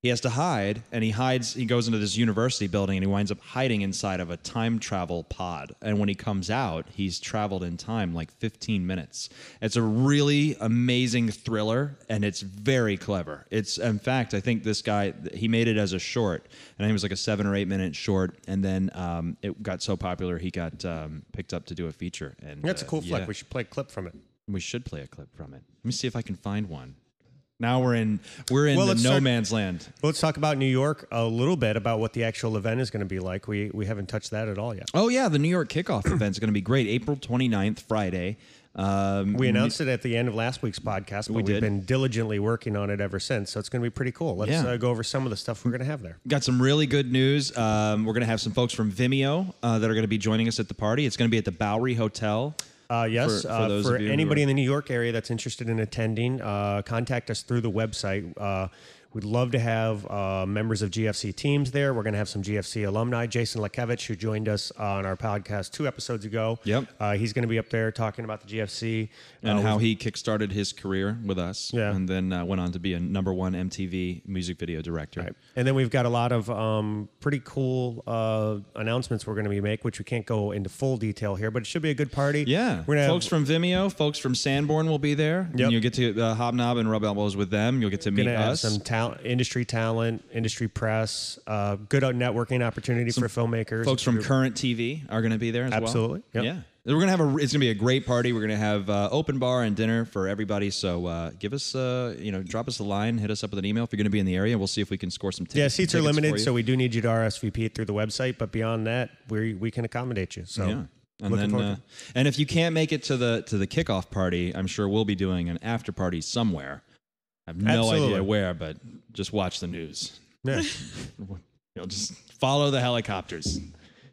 Speaker 2: He has to hide, and he hides. He goes into this university building, and he winds up hiding inside of a time travel pod. And when he comes out, he's traveled in time like 15 minutes. It's a really amazing thriller, and it's very clever. It's, in fact, I think this guy he made it as a short, and I think it was like a seven or eight minute short, and then um, it got so popular he got um, picked up to do a feature. And
Speaker 3: That's a
Speaker 2: uh,
Speaker 3: cool flick.
Speaker 2: yeah.
Speaker 3: We should play a clip from it.
Speaker 2: We should play a clip from it. Let me see if I can find one. Now we're in we're in
Speaker 3: Well,
Speaker 2: the no
Speaker 3: let's start-
Speaker 2: man's land.
Speaker 3: Well, let's talk about New York a little bit about what the actual event is going to be like. We we haven't touched that at all yet.
Speaker 2: Oh yeah, the New York kickoff event is going to be great. April 29th, Friday. Um,
Speaker 3: We announced it at the end of last week's podcast, but we
Speaker 2: did.
Speaker 3: have been diligently working on it ever since. So it's going to be pretty cool. Let's
Speaker 2: Yeah.
Speaker 3: uh, go over some of the stuff we're going to have there.
Speaker 2: got some really good news. Um, we're going to have some folks from Vimeo uh, that are going to be joining us at the party. It's going to be at the Bowery Hotel.
Speaker 3: Uh,
Speaker 2: For- for
Speaker 3: yes, for, uh,
Speaker 2: those
Speaker 3: for
Speaker 2: of you who
Speaker 3: anybody
Speaker 2: are-
Speaker 3: in the New York area that's interested in attending, uh, contact us through the website. Uh, we'd love to have uh, members of GFC teams there. We're going to have some GFC alumni. Jason Lekevich, who joined us on our podcast two episodes ago,
Speaker 2: Yep.
Speaker 3: uh, he's going to be up there talking about the GFC
Speaker 2: And
Speaker 3: Uh,
Speaker 2: how he kickstarted his career with us,
Speaker 3: Yeah.
Speaker 2: and then uh, went on to be a number one MTV music video director.
Speaker 3: Right. And then we've got a lot of um, pretty cool uh, announcements we're going to be make, which we can't go into full detail here, but it should be a good party.
Speaker 2: Yeah,
Speaker 3: We're gonna
Speaker 2: folks
Speaker 3: have,
Speaker 2: from Vimeo, folks from Sanborn will be there.
Speaker 3: Yep.
Speaker 2: And you'll get to uh, hobnob and rub elbows with them. You'll get to meet
Speaker 3: gonna have
Speaker 2: us.
Speaker 3: some talent, industry talent, industry press, uh, good networking opportunity for filmmakers.
Speaker 2: folks from current TV are going to be there as
Speaker 3: Absolutely,
Speaker 2: well.
Speaker 3: yep.
Speaker 2: Yeah. We're going to have a it's going to be a great party. We're going to have uh, open bar and dinner for everybody. So uh, give us uh, you know drop us a line, hit us up with an email if you're going to be in the area. We'll see if we can score some tickets.
Speaker 3: yeah, seats are
Speaker 2: tickets for
Speaker 3: limited,
Speaker 2: you.
Speaker 3: so we do need you to RSVP through the website. But beyond that, we we can accommodate you. So
Speaker 2: yeah. And
Speaker 3: looking
Speaker 2: then,
Speaker 3: forward.
Speaker 2: uh,
Speaker 3: to
Speaker 2: and if you can't make it to the to the kickoff party, I'm sure we'll be doing an after party somewhere. I have no
Speaker 3: Absolutely.
Speaker 2: idea where, but just watch the news.
Speaker 3: Yeah.
Speaker 2: you know, just follow the helicopters.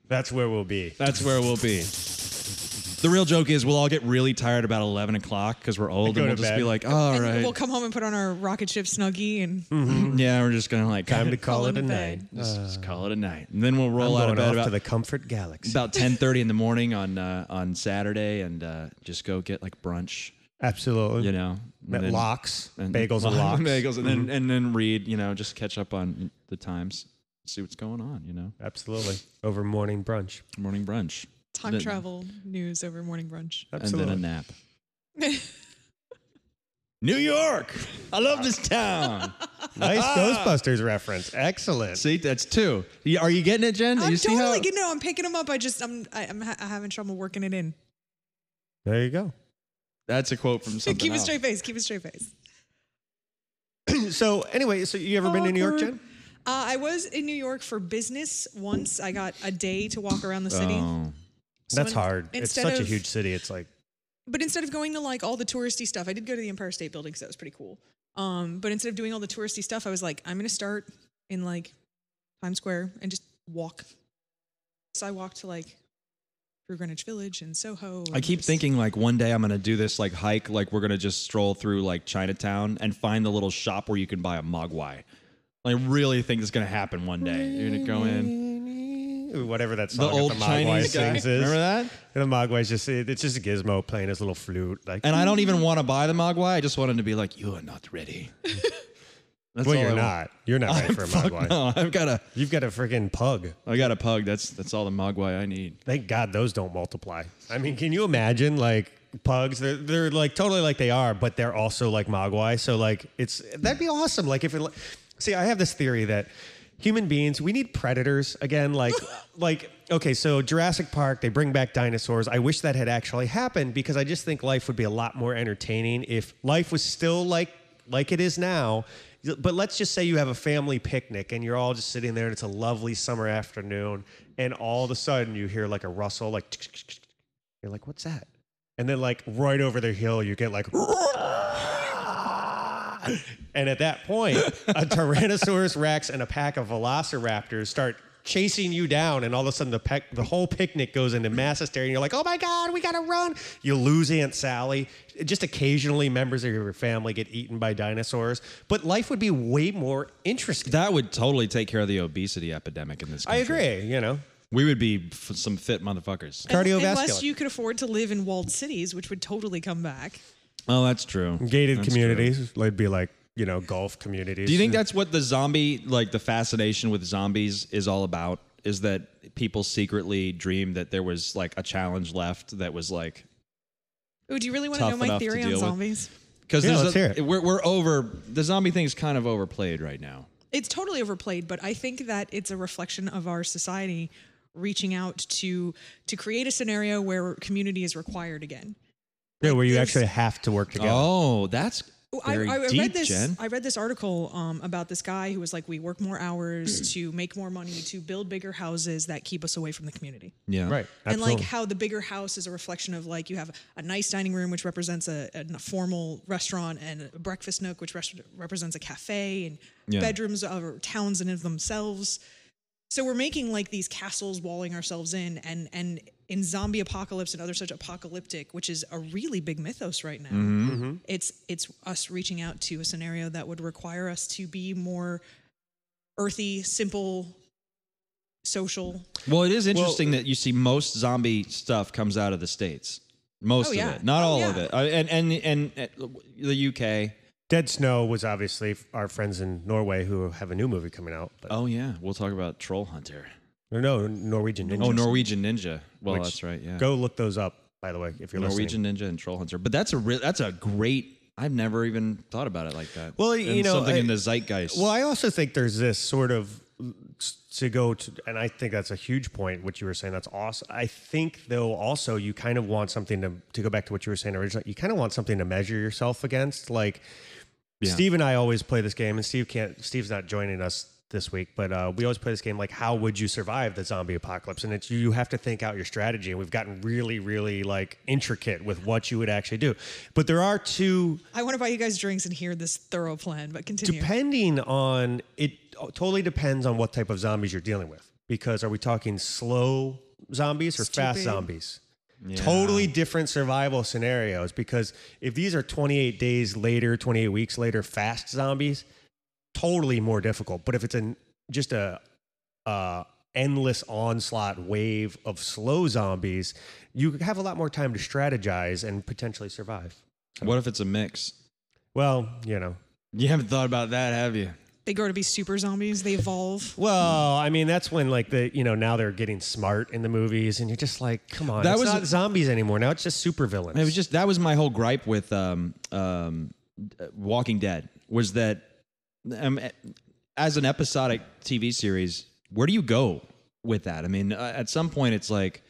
Speaker 3: That's where we'll be.
Speaker 2: That's where we'll be. The real joke is we'll all get really tired about 11 o'clock because we're old
Speaker 3: Go
Speaker 2: and we'll
Speaker 3: to
Speaker 2: just
Speaker 3: bed.
Speaker 2: be like, all
Speaker 4: And
Speaker 2: right. Hmm.
Speaker 4: We'll come home and put on our rocket ship snuggie and
Speaker 2: Mm-hmm. yeah, we're just going to like
Speaker 3: Time to call
Speaker 4: Call
Speaker 3: it a
Speaker 4: in
Speaker 3: night.
Speaker 4: bed.
Speaker 2: just, just call it a night. And then we'll
Speaker 3: I'm
Speaker 2: roll out of bed
Speaker 3: going off
Speaker 2: about,
Speaker 3: to the Comfort Galaxy
Speaker 2: about 10.30 in the morning on, uh, on Saturday and uh, just go get like brunch,
Speaker 3: Absolutely.
Speaker 2: you know. and then-
Speaker 3: locks,
Speaker 2: and-
Speaker 3: bagels, and Mm-hmm. locks.
Speaker 2: Bagels and, then, and then read, you know, just catch up on the times, see what's going on, you know.
Speaker 3: Absolutely. Over morning brunch.
Speaker 2: Morning brunch.
Speaker 4: time
Speaker 2: Then- Uh,
Speaker 4: travel news over morning brunch.
Speaker 2: And
Speaker 3: Absolutely.
Speaker 2: then a nap. New York! I love this town!
Speaker 3: nice Ghostbusters reference. Excellent.
Speaker 2: See, that's two. Y- Are you getting it, Jen?
Speaker 4: I'm
Speaker 2: you see how-
Speaker 4: totally getting it. I'm picking them up. I just I'm I, I'm ha- having trouble working it in.
Speaker 3: There you go.
Speaker 2: That's a quote from something
Speaker 4: keep a
Speaker 2: else.
Speaker 4: straight face. Keep a straight face.
Speaker 3: So anyway, so you ever been to New York, Jen?
Speaker 4: Awkward. Uh, I was in New York for business once. I got a day to walk around the city.
Speaker 2: Oh.
Speaker 4: So in-
Speaker 3: It's
Speaker 4: instead
Speaker 3: such a
Speaker 4: of-
Speaker 3: huge city. It's like
Speaker 4: But instead of going to like all the touristy stuff, I did go to the Empire State Building because that was pretty cool. Um, but instead of doing all the touristy stuff, I was like, I'm gonna start in like Times Square and just walk. So I walked to like through Greenwich Village and Soho.
Speaker 2: I
Speaker 4: and
Speaker 2: keep
Speaker 4: just-
Speaker 2: thinking like one day I'm gonna do this like hike, like we're gonna just stroll through like Chinatown and find the little shop where you can buy a mogwai. I really think it's gonna happen one day. You're gonna go in.
Speaker 3: whatever that
Speaker 2: The
Speaker 3: song
Speaker 2: old
Speaker 3: that the Mogwai
Speaker 2: Chinese guy.
Speaker 3: sings is.
Speaker 2: Remember that?
Speaker 3: And the Mogwai's just it's just a gizmo playing his little flute. Like
Speaker 2: And I don't even want to buy the mogwai. I just wanted to be like, you are not ready. That's
Speaker 3: well,
Speaker 2: all
Speaker 3: you're
Speaker 2: I want.
Speaker 3: not. You're not right for a
Speaker 2: Fuck
Speaker 3: Mogwai.
Speaker 2: no, I've got a,
Speaker 3: You've got a freaking pug.
Speaker 2: I got a pug. That's that's all the mogwai I need.
Speaker 3: Thank God those don't multiply. I mean, can you imagine like pugs? They're, they're like totally like they are, but they're also like mogwai. So like it's that'd be awesome. Like if it see, I have this theory that human beings we need predators again. Like like okay, so Jurassic Park they bring back dinosaurs. I wish that had actually happened because I just think life would be a lot more entertaining if life was still like like it is now. But let's just say you have a family picnic and you're all just sitting there and it's a lovely summer afternoon and all of a sudden you hear like a rustle like you're like what's that? And then like right over the hill you get like and at that point a tyrannosaurus rex and a pack of velociraptors start chasing you down and all of a sudden the pec- the whole picnic goes into mass hysteria and you're like, "Oh my god, we got to run." You lose Aunt Sally. Just occasionally members of your family get eaten by dinosaurs, but life would be way more interesting.
Speaker 2: That would totally take care of the obesity epidemic in this
Speaker 3: I
Speaker 2: country.
Speaker 3: agree, you know.
Speaker 2: We would be f- some fit motherfuckers.
Speaker 4: Un-
Speaker 3: Cardiovascular.
Speaker 4: Unless you could afford to live in walled cities, which would totally come back.
Speaker 2: Oh, that's true.
Speaker 3: Gated
Speaker 2: That's true.
Speaker 3: communities, like be like, you know, golf communities.
Speaker 2: Do you think that's what the zombie, like the fascination with zombies, is all about? Is that people secretly dream that there was like a challenge left that was like
Speaker 4: Oh, do you really want to
Speaker 2: Tough
Speaker 4: know my
Speaker 2: enough to
Speaker 4: theory on
Speaker 2: deal with.
Speaker 4: zombies?
Speaker 2: because
Speaker 3: Yeah,
Speaker 2: there's
Speaker 3: let's
Speaker 2: a,
Speaker 3: hear it.
Speaker 2: we're we're over the zombie thing's kind of overplayed right now.
Speaker 4: It's totally overplayed, but I think that it's a reflection of our society reaching out to to create a scenario where community is required again.
Speaker 3: yeah, where you
Speaker 4: there's-
Speaker 3: actually have to work together?
Speaker 2: Oh, that's
Speaker 4: Oh, I,
Speaker 2: very
Speaker 4: I- I
Speaker 2: deep,
Speaker 4: read this.
Speaker 2: Jen.
Speaker 4: I read this article um, about this guy who was like, "We work more hours to make more money to build bigger houses that keep us away from the community."
Speaker 2: yeah,
Speaker 3: Right.
Speaker 4: And
Speaker 3: absolutely.
Speaker 4: like how the bigger house is a reflection of like you have a nice dining room which represents a, a formal restaurant and a breakfast nook which res- represents a cafe and
Speaker 2: Yeah.
Speaker 4: bedrooms are towns in and of themselves. So we're making like these castles, walling ourselves in, and and in zombie apocalypse and other such apocalyptic, which is a really big mythos right now. It's it's us reaching out to a scenario that would require us to be more earthy, simple, social.
Speaker 2: Well, it is interesting that you see most zombie stuff comes out of the states. Most
Speaker 4: Oh,
Speaker 2: of
Speaker 4: yeah.
Speaker 2: it, not
Speaker 4: Oh,
Speaker 2: all
Speaker 4: yeah.
Speaker 2: of it, I, and and and uh, the UK.
Speaker 3: Dead Snow was obviously f- our friends in Norway who have a new movie coming out. But
Speaker 2: Oh yeah, we'll talk about Troll Hunter.
Speaker 3: or no, Norwegian Ninja.
Speaker 2: Oh, Norwegian Ninja. Well,
Speaker 3: Which-
Speaker 2: that's right. Yeah,
Speaker 3: Go look those up, by the way, if you're
Speaker 2: Norwegian
Speaker 3: listening.
Speaker 2: Ninja and Troll Hunter. But that's a re- that's a great. I've never even thought about it like that.
Speaker 3: Well, you
Speaker 2: And
Speaker 3: know,
Speaker 2: something
Speaker 3: I-
Speaker 2: in the zeitgeist.
Speaker 3: Well, I also think there's this sort of to go to, and I think that's a huge point. What you were saying, that's awesome. I think though, also you kind of want something to to go back to what you were saying originally. You kind of want something to measure yourself against, like.
Speaker 2: Yeah.
Speaker 3: Steve and I always play this game, and Steve can't. Steve's not joining us this week, but uh, we always play this game. Like, how would you survive the zombie apocalypse? And it's you have to think out your strategy. And we've gotten really, really like intricate with what you would actually do. But there are two
Speaker 4: I want to buy you guys drinks and hear this thorough plan, but continue.
Speaker 3: depending on it uh, totally depends on what type of zombies you're dealing with because are we talking slow zombies or fast
Speaker 4: Stupid.
Speaker 3: zombies
Speaker 2: Yeah.
Speaker 3: totally different survival scenarios because if these are 28 days later 28 weeks later fast zombies totally more difficult but if it's an just a uh endless onslaught wave of slow zombies you have a lot more time to strategize and potentially survive
Speaker 2: What if it's a mix?
Speaker 3: well you know
Speaker 2: You haven't thought about that, have you?
Speaker 4: They grow to be super zombies. They evolve.
Speaker 3: Well, I mean, that's when like the you know now they're getting smart in the movies, and you're just like, come on,
Speaker 2: That
Speaker 3: that it's
Speaker 2: was-
Speaker 3: not zombies anymore. Now it's just supervillains.
Speaker 2: It was just that was my whole gripe with um, um, uh, Walking Dead was that um, as an episodic TV series, where do you go with that? I mean, uh, at some point, it's like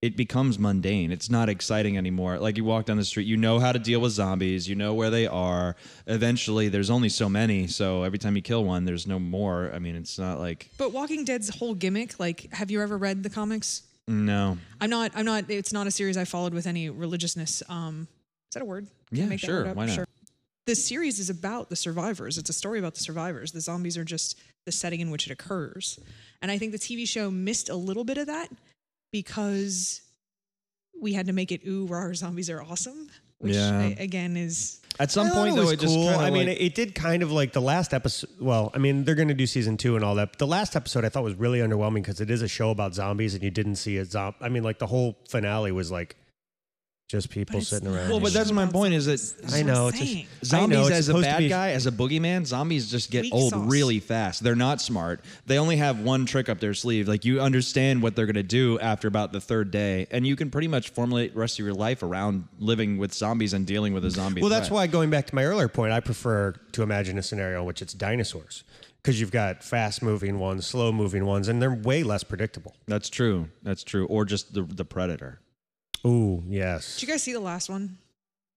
Speaker 2: it becomes mundane. It's not exciting anymore. Like you walk down the street, you know how to deal with zombies, you know where they are. Eventually, there's only so many, so every time you kill one, there's no more. I mean, it's not like
Speaker 4: But Walking Dead's whole gimmick, like, have you ever read the comics?
Speaker 2: no,
Speaker 4: I'm not. I'm not. It's not a series I followed with any religiousness. Um, is that a word? Can I
Speaker 2: Yeah,
Speaker 4: make that
Speaker 2: sure,
Speaker 4: word up?
Speaker 2: why not?
Speaker 4: The series is about the survivors. It's a story about the survivors. The zombies are just the setting in which it occurs, and I think the TV show missed a little bit of that because we had to make it ooh, our zombies are awesome, which
Speaker 2: Yeah.
Speaker 4: I, again is
Speaker 2: at some
Speaker 3: I thought
Speaker 2: point
Speaker 3: it
Speaker 2: though,
Speaker 3: was
Speaker 2: it just
Speaker 3: cool.
Speaker 2: kinda
Speaker 3: I mean,
Speaker 2: like-
Speaker 3: it did kind of like the last episode. Well, I mean, they're going to do season two and all that. But the last episode I thought was really underwhelming because it is a show about zombies, and you didn't see a zombie. I mean, like the whole finale was like just people
Speaker 4: it's
Speaker 3: sitting
Speaker 4: not.
Speaker 3: around.
Speaker 2: Well, but that's my point is that
Speaker 3: I know. It's a-
Speaker 4: Saying.
Speaker 3: I know,
Speaker 2: zombies
Speaker 3: it's
Speaker 2: as a
Speaker 3: supposed to
Speaker 2: bad
Speaker 3: be-
Speaker 2: guy, as a boogeyman, zombies just get
Speaker 4: Weak
Speaker 2: old
Speaker 4: sauce.
Speaker 2: really fast. They're not smart. They only have one trick up their sleeve. Like you understand what they're gonna do after about the third day, and you can pretty much formulate the rest of your life around living with zombies and dealing with a zombie.
Speaker 3: Well, that's
Speaker 2: threat.
Speaker 3: why going back to my earlier point, I prefer to imagine a scenario in which it's dinosaurs because you've got fast moving ones, slow moving ones, and they're way less predictable.
Speaker 2: That's true. That's true. Or just the the predator.
Speaker 3: Ooh, yes.
Speaker 4: Did you guys see the last one?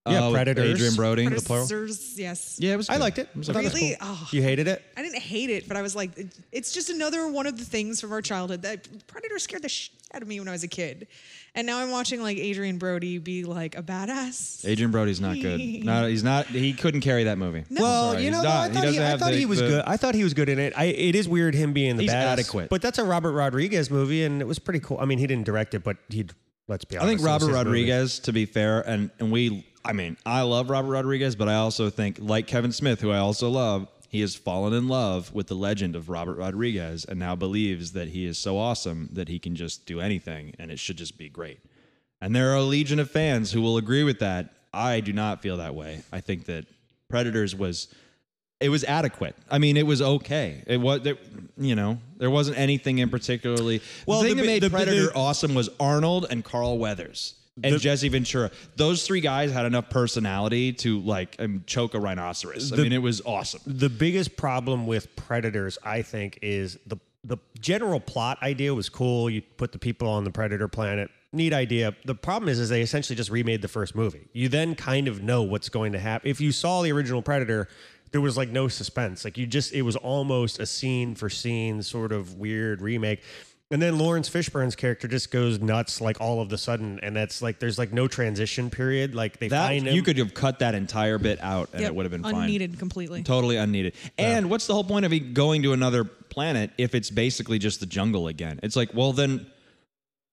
Speaker 3: Yeah,
Speaker 2: with
Speaker 3: predators.
Speaker 2: Oh, Adrian Brody.
Speaker 3: The plural?
Speaker 4: Predators, Yes.
Speaker 2: Yeah, it was.
Speaker 3: I
Speaker 2: good.
Speaker 3: liked it.
Speaker 2: was
Speaker 3: I thought it was
Speaker 4: Really?
Speaker 3: cool.
Speaker 4: Oh.
Speaker 3: You hated it?
Speaker 4: I didn't hate it, but I was like, it- it's just another one of the things from our childhood that Predator scared the shit out of me when I was a kid. And now I'm watching like Adrian Brody be like a badass.
Speaker 2: Adrian Brody's not good. No, he's not. He couldn't carry that movie.
Speaker 4: No.
Speaker 2: I'm
Speaker 3: Well,
Speaker 2: sorry,
Speaker 3: you
Speaker 2: he's
Speaker 3: know,
Speaker 2: not.
Speaker 3: I thought, he,
Speaker 2: doesn't
Speaker 3: I
Speaker 2: have
Speaker 3: thought
Speaker 2: the-
Speaker 3: he was
Speaker 2: the-
Speaker 3: good. I thought he was good in it. I, it is weird him being the
Speaker 2: He's
Speaker 3: badass,
Speaker 2: adequate.
Speaker 3: but that's a Robert Rodriguez movie, and it was pretty cool. I mean, he didn't direct it, but he. Let's be
Speaker 2: I
Speaker 3: honest.
Speaker 2: think
Speaker 3: it was
Speaker 2: Robert
Speaker 3: his movie.
Speaker 2: Rodriguez, to be fair, and and we, I mean, I love Robert Rodriguez, but I also think, like Kevin Smith, who I also love, he has fallen in love with the legend of Robert Rodriguez, and now believes that he is so awesome that he can just do anything, and it should just be great. And there are a legion of fans who will agree with that. I do not feel that way. I think that Predators was it was adequate. I mean, it was okay. It was, there, you know, there wasn't anything in particularly.
Speaker 3: Well,
Speaker 2: the thing
Speaker 3: the
Speaker 2: that
Speaker 3: bi-
Speaker 2: made
Speaker 3: the- the-
Speaker 2: Predator awesome was Arnold and Carl Weathers and
Speaker 3: The-
Speaker 2: Jesse Ventura. Those three guys had enough personality to like um, choke a rhinoceros. I
Speaker 3: The-
Speaker 2: mean, it was awesome.
Speaker 3: the biggest problem with predators i think is the the general plot idea was cool you put the people on the predator planet neat idea the problem is is they essentially just remade the first movie you then kind of know what's going to happen if you saw the original predator there was like no suspense like you just it was almost a scene for scene sort of weird remake and then Lawrence Fishburne's character just goes nuts like all of the sudden, and that's like there's like no transition period. Like they
Speaker 2: That
Speaker 3: find him.
Speaker 2: you could have cut that entire bit out, and
Speaker 4: Yep,
Speaker 2: it would have been fine.
Speaker 4: unneeded completely.
Speaker 2: Totally unneeded. And what's the whole point of it going to another planet if it's basically just the jungle again? It's like, well, then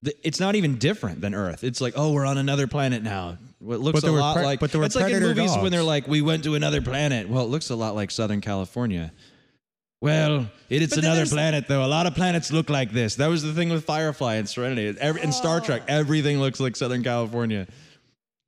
Speaker 2: th- it's not even different than Earth. It's like, oh, we're on another planet now. Well, It looks
Speaker 3: But there
Speaker 2: a
Speaker 3: were
Speaker 2: lot
Speaker 3: pre-
Speaker 2: like.
Speaker 3: but there were
Speaker 2: it's like in
Speaker 3: predator
Speaker 2: movies when
Speaker 3: dogs.
Speaker 2: they're like, we went to another planet. Well, it looks a lot like Southern California. Well, it, it's
Speaker 4: But then
Speaker 2: another
Speaker 4: there's-
Speaker 2: planet though. A lot of planets look like this. That was the thing with Firefly and Serenity. Every, and
Speaker 3: Oh.
Speaker 2: Star Trek, everything looks like Southern California.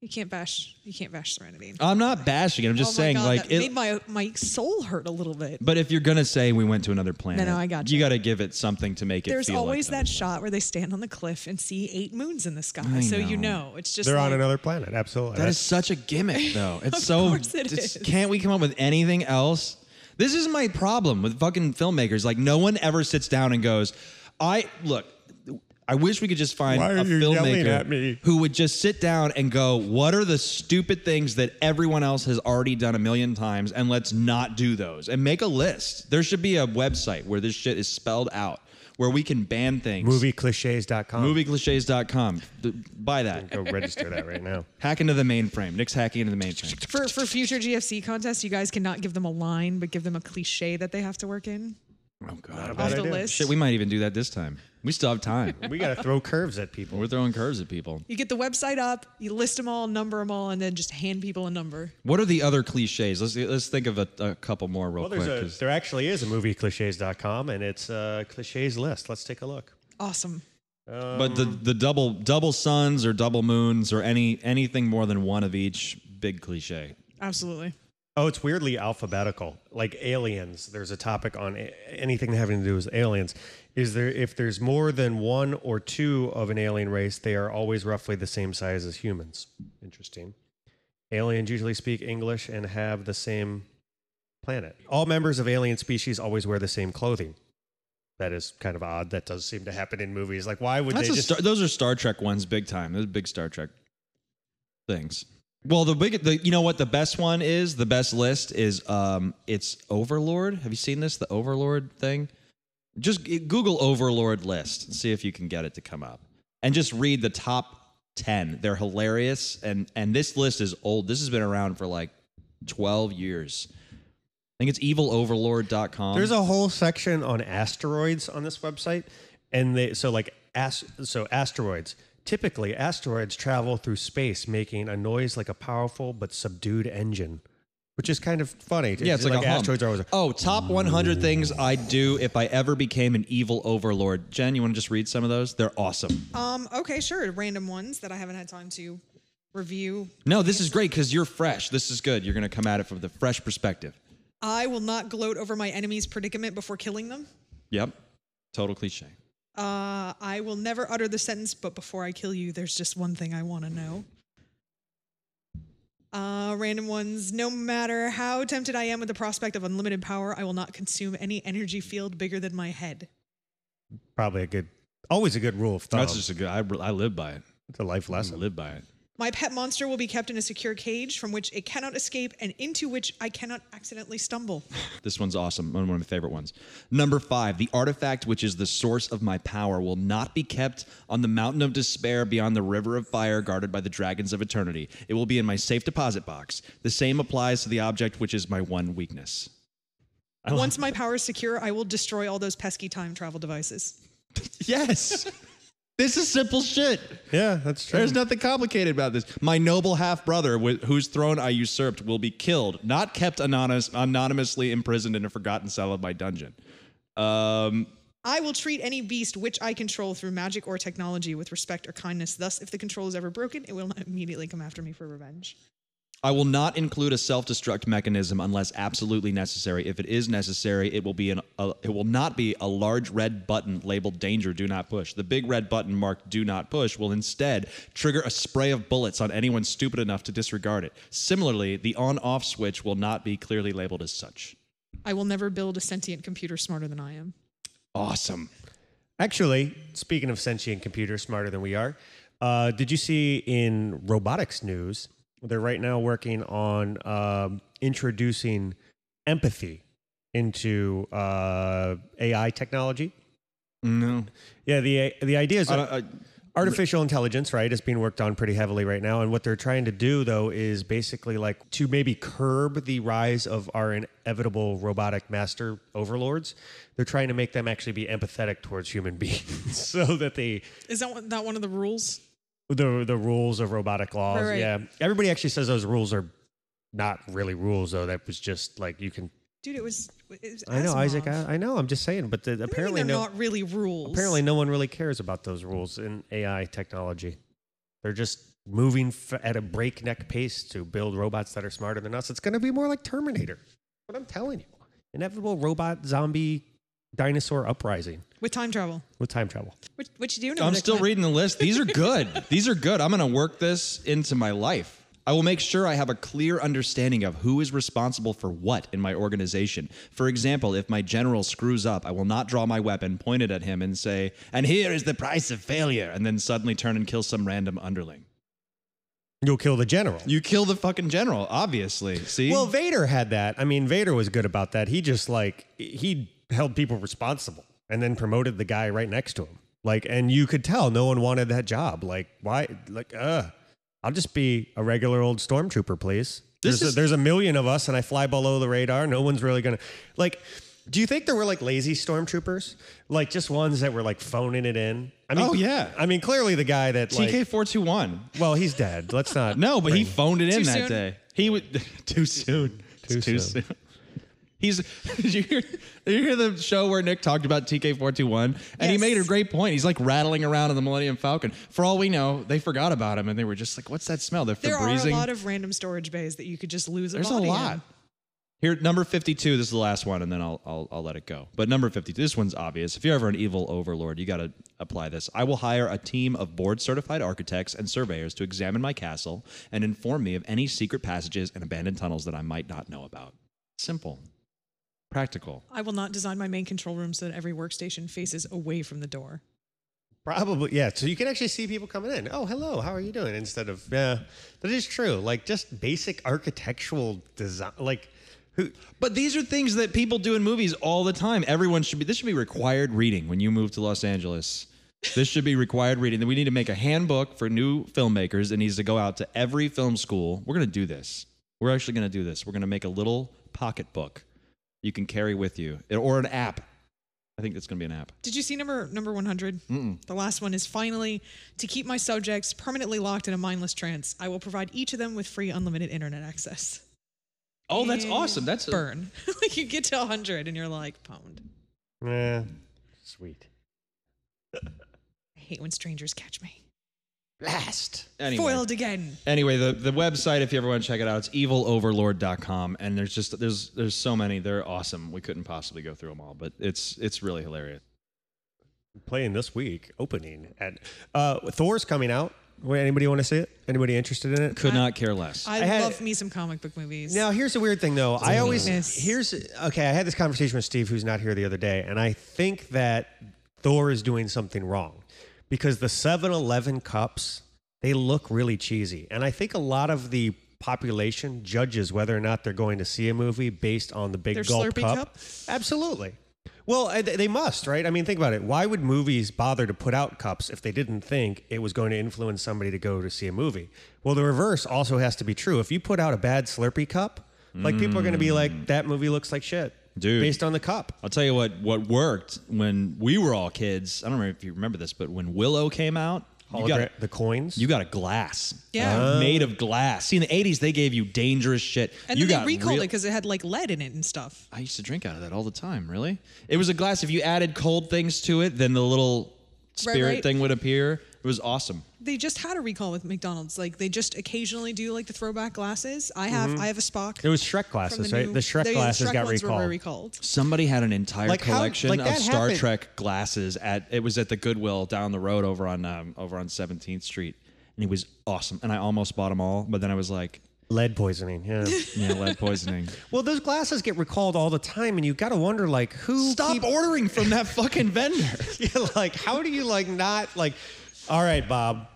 Speaker 4: You can't bash. You can't bash Serenity.
Speaker 2: I'm not bashing it. I'm just
Speaker 4: oh my
Speaker 2: saying,
Speaker 4: God,
Speaker 2: like,
Speaker 4: that
Speaker 2: it,
Speaker 4: made my my soul hurt a little bit.
Speaker 2: But if you're gonna say we went to another planet,
Speaker 4: no, I got
Speaker 2: you.
Speaker 4: you.
Speaker 2: got to give it something to make it.
Speaker 4: There's
Speaker 2: feel like
Speaker 4: always
Speaker 2: another
Speaker 4: that shot where they stand on the cliff and see eight moons in the sky, so you
Speaker 2: know.
Speaker 4: know it's just
Speaker 3: they're on
Speaker 4: like-
Speaker 3: another planet. Absolutely,
Speaker 2: planet. That is such a gimmick, though. It's
Speaker 4: Of
Speaker 2: so.
Speaker 4: course it
Speaker 2: it's-
Speaker 4: is.
Speaker 2: Can't we come up with anything else? This is my problem with fucking filmmakers. Like no one ever sits down and goes, "I look." I wish we could just find
Speaker 3: Why are
Speaker 2: a
Speaker 3: you yelling
Speaker 2: filmmaker
Speaker 3: at me?
Speaker 2: who would just sit down and go, "What are the stupid things that everyone else has already done a million times, and let's not do those." And make a list. There should be a website where this shit is spelled out, where we can ban things.
Speaker 3: moviecliches.com.
Speaker 2: moviecliches.com. Th- Buy that.
Speaker 3: Go register that right now.
Speaker 2: Hack into the mainframe. Nick's hacking into the mainframe.
Speaker 4: For for future GFC contests, you guys cannot give them a line, but give them a cliche that they have to work in
Speaker 2: Oh god.
Speaker 4: off
Speaker 3: Bad
Speaker 4: the
Speaker 3: idea.
Speaker 4: list.
Speaker 2: Shit, we might even do that this time. We still have time.
Speaker 3: We got to throw curves at people.
Speaker 2: We're throwing curves at people.
Speaker 4: You get the website up, you list them all, number them all, and then just hand people a number.
Speaker 2: What are the other cliches? Let's let's think of a, a couple more real
Speaker 3: Well,
Speaker 2: quick.
Speaker 3: there's a,
Speaker 2: 'cause-
Speaker 3: there actually is a moviecliches.com and it's a cliches list. Let's take a look. Um,
Speaker 4: Awesome.
Speaker 2: but the the double double suns or double moons or any anything more than one of each big cliche.
Speaker 4: Absolutely.
Speaker 3: Oh, it's weirdly alphabetical, like aliens. There's a topic on a- anything having to do with aliens. Is there if there's more than one or two of an alien race, they are always roughly the same size as humans. Interesting. Aliens usually speak English and have the same planet. All members of alien species always wear the same clothing. That is kind of odd. That does seem to happen in movies. Like, why would
Speaker 2: That's
Speaker 3: they
Speaker 2: a
Speaker 3: just?
Speaker 2: Star, those are Star Trek ones, big time. Those are big Star Trek things. Well, the big, the, you know what the best one is? The best list is um, it's Overlord. Have you seen this? The Overlord thing. Just g- Google Overlord list and see if you can get it to come up, and just read the top ten. They're hilarious, and and this list is old. This has been around for like twelve years. I think it's eviloverlord.com.
Speaker 3: There's a whole section on asteroids on this website, and they so like as, so asteroids. Typically, asteroids travel through space, making a noise like a powerful but subdued engine, which is kind of funny.
Speaker 2: Yeah, it's like, a hump.
Speaker 3: asteroids are always.
Speaker 2: Oh, top 100 things I'd do if I ever became an evil overlord. Jen, you want to just read some of those? They're awesome.
Speaker 4: Um, okay, sure. Random ones that I haven't had time to review.
Speaker 2: No, this is great because you're fresh. This is good. You're going to come at it from the fresh perspective.
Speaker 4: I will not gloat over my enemy's predicament before killing them.
Speaker 2: Yep. Total cliche.
Speaker 4: Uh, I will never utter the sentence, but before I kill you, there's just one thing I want to know. Uh, random ones. No matter how tempted I am with the prospect of unlimited power, I will not consume any energy field bigger than my head.
Speaker 3: Probably a good, always a good rule of thumb.
Speaker 2: That's just Mm. a good. I, I live by it.
Speaker 3: it's a life
Speaker 2: I
Speaker 3: lesson.
Speaker 2: live by it.
Speaker 4: My pet monster will be kept in a secure cage from which it cannot escape and into which I cannot accidentally stumble.
Speaker 2: This one's awesome. One of my favorite ones. Number five, the artifact which is the source of my power will not be kept on the mountain of despair beyond the river of fire guarded by the dragons of eternity. It will be in my safe deposit box. The same applies to the object which is my one weakness. I
Speaker 4: Once my power is secure, I will destroy all those pesky time travel devices.
Speaker 2: Yes. this is simple shit.
Speaker 3: Yeah, that's true.
Speaker 2: There's nothing complicated about this. My noble half brother, wh- whose throne I usurped, will be killed, not kept anonymous, anonymously imprisoned in a forgotten cell of my dungeon. Um,
Speaker 4: I will treat any beast which I control through magic or technology with respect or kindness. Thus, if the control is ever broken, it will not immediately come after me for revenge.
Speaker 2: I will not include a self-destruct mechanism unless absolutely necessary. If it is necessary, it will be an a, it will not be a large red button labeled danger do not push. The big red button marked do not push will instead trigger a spray of bullets on anyone stupid enough to disregard it. Similarly, the on-off switch will not be clearly labeled as such.
Speaker 4: I will never build a sentient computer smarter than I am.
Speaker 2: Awesome.
Speaker 3: Actually, speaking of sentient computers smarter than we are, uh, did you see in robotics news, they're right now working on um introducing empathy into uh, AI technology?
Speaker 2: No.
Speaker 3: Yeah, the, the idea is
Speaker 2: I don't- I-
Speaker 3: artificial intelligence, right, is being worked on pretty heavily right now. And what they're trying to do, though, is basically like to maybe curb the rise of our inevitable robotic master overlords. They're trying to make them actually be empathetic towards human beings, so that they
Speaker 4: Is that one, that one of the rules?
Speaker 3: the the rules of robotic laws.
Speaker 4: Right, right.
Speaker 3: Yeah, everybody actually says those rules are not really rules, though. That was just like you can.
Speaker 4: Dude, it was. It was
Speaker 3: I know,
Speaker 4: Asimov.
Speaker 3: Isaac. I, I know. I'm just saying, but the,
Speaker 4: What do you mean
Speaker 3: apparently
Speaker 4: they're
Speaker 3: no.
Speaker 4: not really rules.
Speaker 3: Apparently, no one really cares about those rules in AI technology. They're just moving f- at a breakneck pace to build robots that are smarter than us. It's going to be more like Terminator. What I'm telling you, inevitable robot zombie dinosaur uprising
Speaker 4: with time travel.
Speaker 3: with time travel.
Speaker 4: What, what you doing? over
Speaker 2: I'm
Speaker 4: there,
Speaker 2: still
Speaker 4: Clint?
Speaker 2: reading the list. These are good. These are good. I'm going to work this into my life. I will make sure I have a clear understanding of who is responsible for what in my organization. For example, if my general screws up, I will not draw my weapon, point it at him, and say, and here is the price of failure, and then suddenly turn and kill some random underling.
Speaker 3: You'll kill the general.
Speaker 2: You kill the fucking general, obviously. See?
Speaker 3: Well, Vader had that. I mean, Vader was good about that. He just like he held people responsible and then promoted the guy right next to him. Like, and you could tell no one wanted that job. Like, why? Like, uh, I'll just be a regular old stormtrooper, please.
Speaker 2: This
Speaker 3: There's, a,
Speaker 2: is-
Speaker 3: there's a million of us, and I fly below the radar. No one's really gonna like. Do you think there were like lazy stormtroopers, like just ones that were like phoning it in? I mean,
Speaker 2: Oh, yeah.
Speaker 3: I mean, clearly the guy that like,
Speaker 2: TK421.
Speaker 3: well, he's dead. Let's not.
Speaker 2: No, but he phoned it in
Speaker 4: Too
Speaker 2: that
Speaker 4: soon.
Speaker 2: day. He would too soon. It's Too,
Speaker 3: soon.
Speaker 2: soon. He's did you hear did you hear the show where Nick talked about TK421 and he
Speaker 4: Yes.
Speaker 2: made a great point. He's like rattling around in the Millennium Falcon. For all we know, they forgot about him and they were just like, "What's that smell?" They're
Speaker 4: There are a
Speaker 2: Febrezing.
Speaker 4: lot of random storage bays that you could just lose. A
Speaker 2: There's a
Speaker 4: body in.
Speaker 2: lot. Here, number 52, this is the last one, and then I'll, I'll, I'll let it go. But number 52, this one's obvious. If you're ever an evil overlord, you got to apply this. I will hire a team of board certified architects and surveyors to examine my castle and inform me of any secret passages and abandoned tunnels that I might not know about. Simple, practical.
Speaker 4: I will not design my main control room so that every workstation faces away from the door.
Speaker 3: Probably, yeah. So you can actually see people coming in. Oh, hello, how are you doing? Instead of, yeah, that is true. Like just basic architectural design. Like, who?
Speaker 2: But these are things that people do in movies all the time. Everyone should be. This should be required reading when you move to Los Angeles. This should be required reading. Then we need to make a handbook for new filmmakers. It needs to go out to every film school. We're going to do this. We're actually going to do this. We're going to make a little pocketbook you can carry with you, or an app. I think it's going to be an app.
Speaker 4: Did you see number number 100? The last one is finally to keep my subjects permanently locked in a mindless trance. I will provide each of them with free unlimited internet access.
Speaker 2: Oh, that's
Speaker 4: Yeah.
Speaker 2: awesome. That's a,
Speaker 4: Burn. like you get to 100 and you're like, pwned.
Speaker 3: Yeah, sweet.
Speaker 4: I hate when strangers catch me.
Speaker 3: Blast.
Speaker 2: Anyway.
Speaker 4: Foiled again.
Speaker 2: anyway, the, the website, if you ever want to check it out, it's eviloverlord.com. And there's just there's there's so many. They're awesome. We couldn't possibly go through them all, but it's it's really hilarious.
Speaker 3: Playing this week, opening at uh, Thor's coming out. Wait, Anybody want to see it? Anybody interested in it?
Speaker 2: Could not care less.
Speaker 4: I,
Speaker 3: I had-
Speaker 4: love me some comic book movies.
Speaker 3: Now here's the weird thing though. I always
Speaker 4: Yes.
Speaker 3: here's okay. I had this conversation with Steve, who's not here the other day, and I think that Thor is doing something wrong because the 7-Eleven cups they look really cheesy, and I think a lot of the population judges whether or not they're going to see a movie based on the big
Speaker 4: Their
Speaker 3: gulp
Speaker 4: Slurpee
Speaker 3: cup.
Speaker 4: cup?
Speaker 3: Absolutely. Well, I- they must, right? I mean, think about it. Why would movies bother to put out cups if they didn't think it was going to influence somebody to go to see a movie? Well, the reverse also has to be true. If you put out a bad Slurpee cup, like people are going to be like, that movie looks like shit,
Speaker 2: Mm. Dude.
Speaker 3: based on the cup.
Speaker 2: I'll tell you what what worked when we were all kids. I don't know if you remember this, but when Willow came out, you got,
Speaker 3: Hologra- the Oh. coins.
Speaker 2: you got a glass.
Speaker 4: Yeah.
Speaker 2: Uh, made of glass. See, in the 80s, they gave you dangerous shit.
Speaker 4: and
Speaker 2: you
Speaker 4: then
Speaker 2: got
Speaker 4: they recalled
Speaker 2: real-
Speaker 4: it because it had like lead in it and stuff.
Speaker 2: I used to drink out of that all the time, really. It was a glass. If you added cold things to it, then the little
Speaker 4: Right,
Speaker 2: spirit
Speaker 4: right.
Speaker 2: thing would appear. It was awesome.
Speaker 4: They just had a recall with McDonald's. Like they just occasionally do like the throwback glasses. I have I have a
Speaker 3: it
Speaker 4: Spock.
Speaker 3: Mm-hmm. was Shrek
Speaker 4: from
Speaker 3: glasses, right?
Speaker 4: new-
Speaker 3: the Shrek
Speaker 4: they-
Speaker 3: glasses
Speaker 4: Shrek
Speaker 3: got
Speaker 4: ones
Speaker 3: recalled.
Speaker 4: Were recalled.
Speaker 2: Somebody had an entire
Speaker 3: Like how-
Speaker 2: collection
Speaker 3: like
Speaker 2: of
Speaker 3: that
Speaker 2: Star
Speaker 3: happened.
Speaker 2: Trek glasses at it was at the Goodwill down the road over on um, over on 17th Street. And it was awesome. And I almost bought them all, but then I was like,
Speaker 3: Lead poisoning, yeah.
Speaker 2: yeah, lead poisoning.
Speaker 3: well, those glasses get recalled all the time, and you got to wonder, like, who
Speaker 2: Stop
Speaker 3: keep-
Speaker 2: ordering from that fucking vendor.
Speaker 3: yeah, like how do you like not like all right bob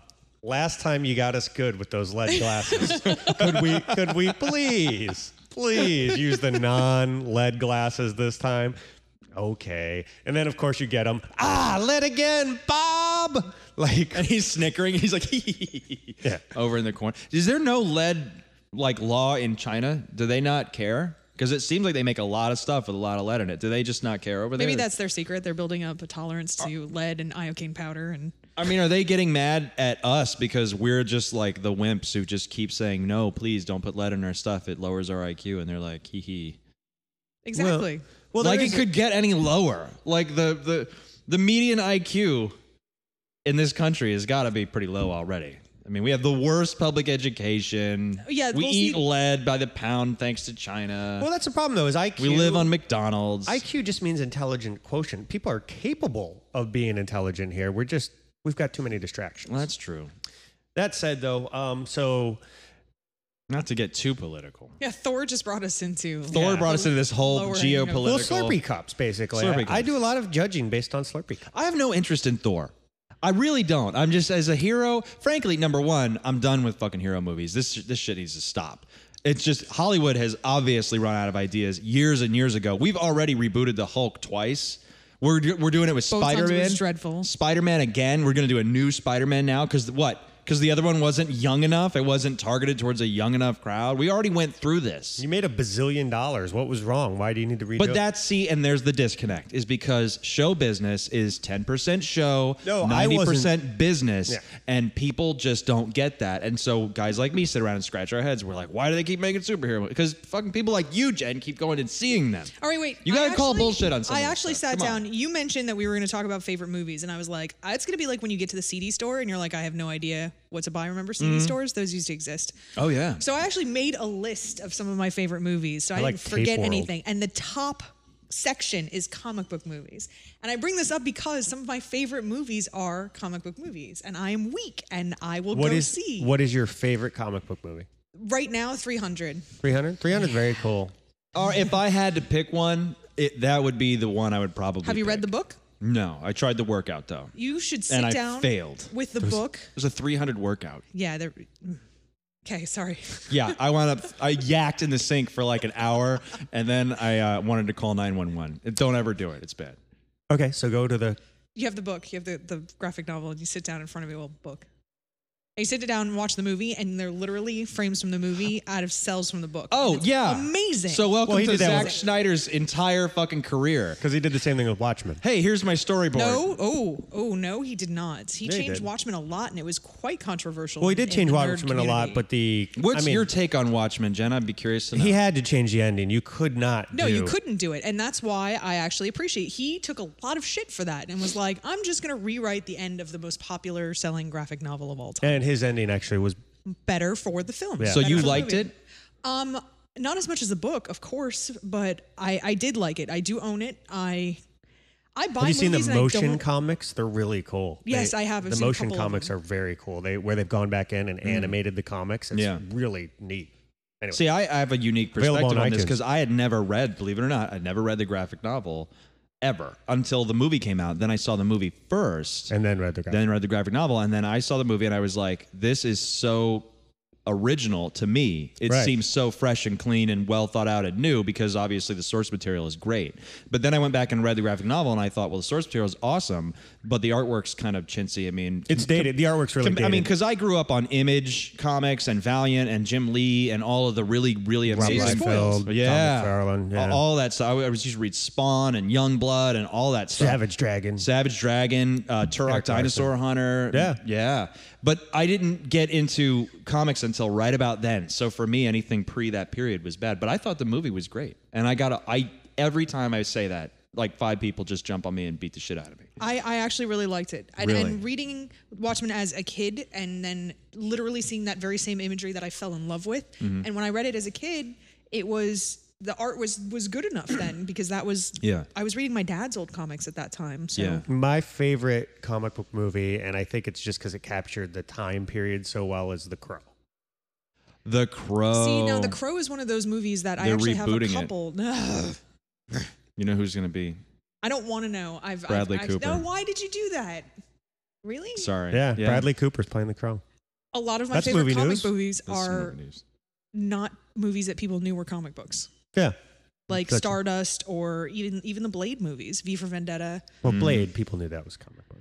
Speaker 3: last time you got us good with those lead glasses could we could we please please use the non-lead glasses this time okay and then of course you get them ah lead again bob like
Speaker 2: and he's snickering. He's like,
Speaker 3: Yeah.
Speaker 2: over in the corner. Is there no lead like law in China? Do they not care? Because it seems like they make a lot of stuff with a lot of lead in it. Do they just not care over there?
Speaker 4: Maybe that's their secret. They're building up a tolerance to lead and iocane powder and
Speaker 2: I mean, are they getting mad at us because we're just like the wimps who just keep saying no, please don't put lead in our stuff. It lowers our IQ, and they're like, hee hee.
Speaker 4: exactly.
Speaker 3: well there
Speaker 2: like it
Speaker 3: is-
Speaker 2: could get any lower. Like the the the median IQ in this country has got to be pretty low already. I mean, we have the worst public education.
Speaker 3: Oh,
Speaker 4: Yeah,
Speaker 2: we
Speaker 4: well,
Speaker 2: eat
Speaker 4: see-
Speaker 2: lead by the pound thanks to China.
Speaker 3: well that's the problem though is iq
Speaker 2: we live on McDonald's.
Speaker 3: IQ just means intelligent quotient. People are capable of being intelligent here. We're just, we've got too many distractions.
Speaker 2: well, that's true.
Speaker 3: That said, though, um, so
Speaker 2: Not to get too political.
Speaker 4: Yeah, Thor just brought us into
Speaker 2: Thor
Speaker 3: Yeah.
Speaker 2: brought us into this whole
Speaker 4: Lower hanging
Speaker 2: geopolitical.
Speaker 4: over.
Speaker 3: Well, Slurpee cups, basically.
Speaker 2: Slurpee
Speaker 3: I- I,
Speaker 2: cups.
Speaker 3: do a lot of judging based on Slurpee cups.
Speaker 2: I have no interest in Thor. I really don't. I'm just as a hero. Frankly, number one, I'm done with fucking hero movies. This this shit needs to stop. It's just Hollywood has obviously run out of ideas years and years ago. We've already rebooted the Hulk twice. We're do- we're doing it with
Speaker 4: Both times it
Speaker 2: Spider
Speaker 4: was
Speaker 2: Man.
Speaker 4: dreadful.
Speaker 2: Spider Man again. We're gonna do a new Spider Man now because what? Because the other one wasn't young enough. It wasn't targeted towards a young enough crowd. We already went through this.
Speaker 3: You made a bazillion dollars. What was wrong? Why do you need to redo
Speaker 2: But
Speaker 3: it?
Speaker 2: that's see, and there's the disconnect is because show business is 10% show,
Speaker 3: No, I
Speaker 2: 90% business,
Speaker 3: Yeah.
Speaker 2: and people just don't get that. And so guys like me sit around and scratch our heads. We're like, why do they keep making superhero movies? Because fucking people like you, Jen, keep going and seeing them.
Speaker 4: All right, wait.
Speaker 2: You
Speaker 4: I
Speaker 2: gotta call
Speaker 4: actually-
Speaker 2: bullshit on some
Speaker 4: I
Speaker 2: of this
Speaker 4: actually
Speaker 2: stuff.
Speaker 4: sat
Speaker 2: Come on.
Speaker 4: down. You mentioned that we were going to talk about favorite movies, and I was like, "Ah, it's going to be like when you get to the CD store and you're like, I have no idea what to buy. Remember CD stores? Those used to exist.
Speaker 2: Mm-hmm. Oh, yeah.
Speaker 4: So I actually made a list of some of my favorite movies, so I,
Speaker 3: like
Speaker 4: didn't
Speaker 3: Tape
Speaker 4: forget
Speaker 3: World.
Speaker 4: anything. And the top section is comic book movies. And I bring this up because some of my favorite movies are comic book movies, and I am weak, and I will
Speaker 3: what
Speaker 4: go
Speaker 3: is
Speaker 4: see.
Speaker 3: what is your favorite comic book movie?
Speaker 4: Right now, 300.
Speaker 3: 300? 300 is very cool.
Speaker 2: Or if I had to pick one, it, that would be the one I would probably
Speaker 4: Have you read the book?
Speaker 2: No, I tried the workout though.
Speaker 4: You should sit
Speaker 2: And I
Speaker 4: down
Speaker 2: failed.
Speaker 4: with the book.
Speaker 2: It was a 300 workout.
Speaker 4: Yeah. They're, okay. Sorry.
Speaker 2: Yeah, I wound up, I yacked in the sink for like an hour, and then I uh, wanted to call 911. Don't ever do it, it's bad.
Speaker 3: Okay, so go to the
Speaker 4: You have the book. You have the, the graphic novel, and you sit down in front of a little book. I used to sit down and watch the movie, and they're literally frames from the movie out of cells from the book.
Speaker 2: Oh
Speaker 4: And it's
Speaker 2: yeah,
Speaker 4: amazing.
Speaker 2: So welcome
Speaker 3: Well, he
Speaker 2: to
Speaker 3: did that
Speaker 2: Zack
Speaker 3: with-
Speaker 2: Schneider's entire fucking career.
Speaker 3: Because he did the same thing with Watchmen.
Speaker 2: Hey, here's my storyboard.
Speaker 4: No, oh, oh no, he did not. He
Speaker 3: he
Speaker 4: changed
Speaker 3: did.
Speaker 4: Watchmen a lot, and it was quite controversial.
Speaker 3: Well, he did
Speaker 4: in
Speaker 3: change
Speaker 4: the nerd
Speaker 3: Watchmen a lot,
Speaker 4: community.
Speaker 3: but the
Speaker 2: What's
Speaker 3: I mean,
Speaker 2: your take on Watchmen, Jen? I'd be curious to know.
Speaker 3: he had to change the ending. You could not.
Speaker 4: No, you
Speaker 3: do-
Speaker 4: couldn't do it. And that's why I actually appreciate he took a lot of shit for that and was like, I'm just gonna rewrite the end of the most popular selling graphic novel of all time.
Speaker 3: And his ending actually was
Speaker 4: Better for the film.
Speaker 2: so
Speaker 4: better
Speaker 2: you
Speaker 4: for the
Speaker 2: liked
Speaker 4: movie.
Speaker 2: it?
Speaker 4: Um, not as much as the book, of course, but I, I did like it. I do own it. I I buy
Speaker 3: Have you seen the
Speaker 4: movies and I
Speaker 3: motion
Speaker 4: don't-
Speaker 3: comics? They're really cool.
Speaker 4: Yes, I have. I've
Speaker 3: the
Speaker 4: seen a
Speaker 3: motion
Speaker 4: couple of
Speaker 3: comics
Speaker 4: them. Mm-hmm.
Speaker 3: are very cool. They where they've gone back in and animated the comics. It's
Speaker 2: Yeah.
Speaker 3: really neat. Anyway,
Speaker 2: See, I, I have a unique
Speaker 3: Available
Speaker 2: perspective
Speaker 3: on
Speaker 2: on this
Speaker 3: iTunes.
Speaker 2: because I had never read, believe it or not, I'd never read the graphic novel ever until the movie came out. Then I saw the movie first,
Speaker 3: and then read the graphic.
Speaker 2: then read the graphic novel, and then I saw the movie and I was like, this is so original to me. It
Speaker 3: Right.
Speaker 2: seems so fresh and clean and well thought out and new because obviously the source material is great. But then I went back and read the graphic novel and I thought, well, the source material is awesome, but the artwork's kind of chintzy. I mean,
Speaker 3: it's dated. The artwork's really.
Speaker 2: Com- I mean,
Speaker 3: dated.
Speaker 2: because I grew up on Image Comics and Valiant and Jim Lee and all of the really, really amazing
Speaker 4: you're spoiled.
Speaker 3: Tom
Speaker 2: Yeah.
Speaker 3: McFarlane, yeah.
Speaker 2: A- all that stuff. I w- I was used to read Spawn and Youngblood and all that stuff.
Speaker 3: Savage Dragon.
Speaker 2: Savage Dragon, uh, Turok
Speaker 3: Eric Larson.
Speaker 2: Dinosaur Hunter.
Speaker 3: Yeah.
Speaker 2: yeah. But I didn't get into comics until right about then. So for me, anything pre that period was bad. But I thought the movie was great, and I got a, I every time I say that, like five people just jump on me and beat the shit out of me.
Speaker 4: I, I actually really liked it. And,
Speaker 2: Really?
Speaker 4: and reading Watchmen as a kid and then literally seeing that very same imagery that I fell in love with. And when I read it as a kid, it was the art was was good enough then because that was
Speaker 2: Yeah.
Speaker 4: I was reading my dad's old comics at that time. So
Speaker 2: Yeah.
Speaker 3: My favorite comic book movie, and I think it's just because it captured the time period so well, is The Crow.
Speaker 2: The Crow.
Speaker 4: See now, The Crow is one of those movies that I
Speaker 2: Oh. They're
Speaker 4: actually have a
Speaker 2: rebooting it.
Speaker 4: couple. Ugh.
Speaker 2: You know who's gonna be
Speaker 4: I don't want to know. I've I've-
Speaker 2: Bradley
Speaker 4: I've,
Speaker 2: Cooper.
Speaker 4: No, why did you do that? Really?
Speaker 2: Sorry.
Speaker 3: Yeah, Bradley Cooper's playing The Crow.
Speaker 4: A lot of my
Speaker 3: That's
Speaker 4: favorite
Speaker 3: movie
Speaker 4: comic
Speaker 3: news.
Speaker 4: movies
Speaker 2: That's some
Speaker 4: are
Speaker 2: movie news.
Speaker 4: not movies that people knew were comic books.
Speaker 3: Yeah.
Speaker 4: like
Speaker 3: Gotcha.
Speaker 4: Stardust or even even the Blade movies, V for Vendetta.
Speaker 3: Well,
Speaker 2: Mm.
Speaker 3: Blade, people knew that was a comic book.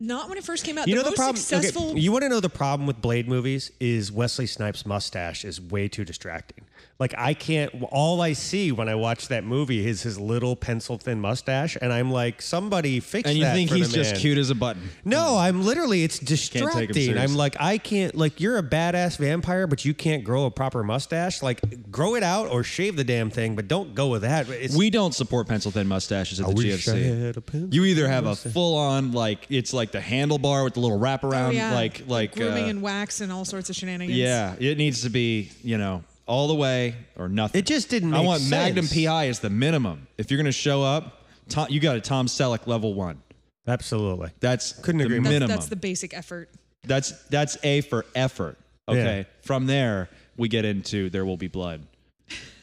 Speaker 4: Not when it first came out.
Speaker 3: You
Speaker 4: the
Speaker 3: know the
Speaker 4: most
Speaker 3: problem. okay,
Speaker 4: successful.
Speaker 3: you want to know the problem with Blade movies is Wesley Snipes' mustache is way too distracting. Like I can't. All I see when I watch that movie is his little pencil thin mustache, and I'm like, somebody fix
Speaker 2: And you
Speaker 3: that
Speaker 2: think
Speaker 3: for the
Speaker 2: he's just
Speaker 3: man.
Speaker 2: cute as a button.
Speaker 3: No, I'm literally. It's
Speaker 2: take him
Speaker 3: distracting.
Speaker 2: seriously.
Speaker 3: I'm like, I can't. Like you're a badass vampire, but you can't grow a proper mustache. Like grow it out or shave the damn thing, but don't go with that. It's,
Speaker 2: We don't support pencil thin mustaches at
Speaker 3: I
Speaker 2: the
Speaker 3: wish I had a
Speaker 2: GFC.
Speaker 3: pencil
Speaker 2: You either have a full on like it's like the handlebar with the little wraparound,
Speaker 4: Oh, yeah.
Speaker 2: like like
Speaker 4: grooming
Speaker 2: uh,
Speaker 4: and wax and all sorts of shenanigans.
Speaker 2: yeah, it needs to be you know all the way or nothing.
Speaker 3: It just didn't
Speaker 2: I
Speaker 3: make
Speaker 2: want Magnum
Speaker 3: sense.
Speaker 2: PI as the minimum. If you're gonna show up, Tom, you got a Tom Selleck level one.
Speaker 3: absolutely.
Speaker 2: That's
Speaker 3: Couldn't
Speaker 2: the
Speaker 3: agree more.
Speaker 4: that's,
Speaker 2: minimum.
Speaker 4: that's the basic effort.
Speaker 2: That's that's A for effort. Okay.
Speaker 3: Yeah.
Speaker 2: From there, we get into There Will Be Blood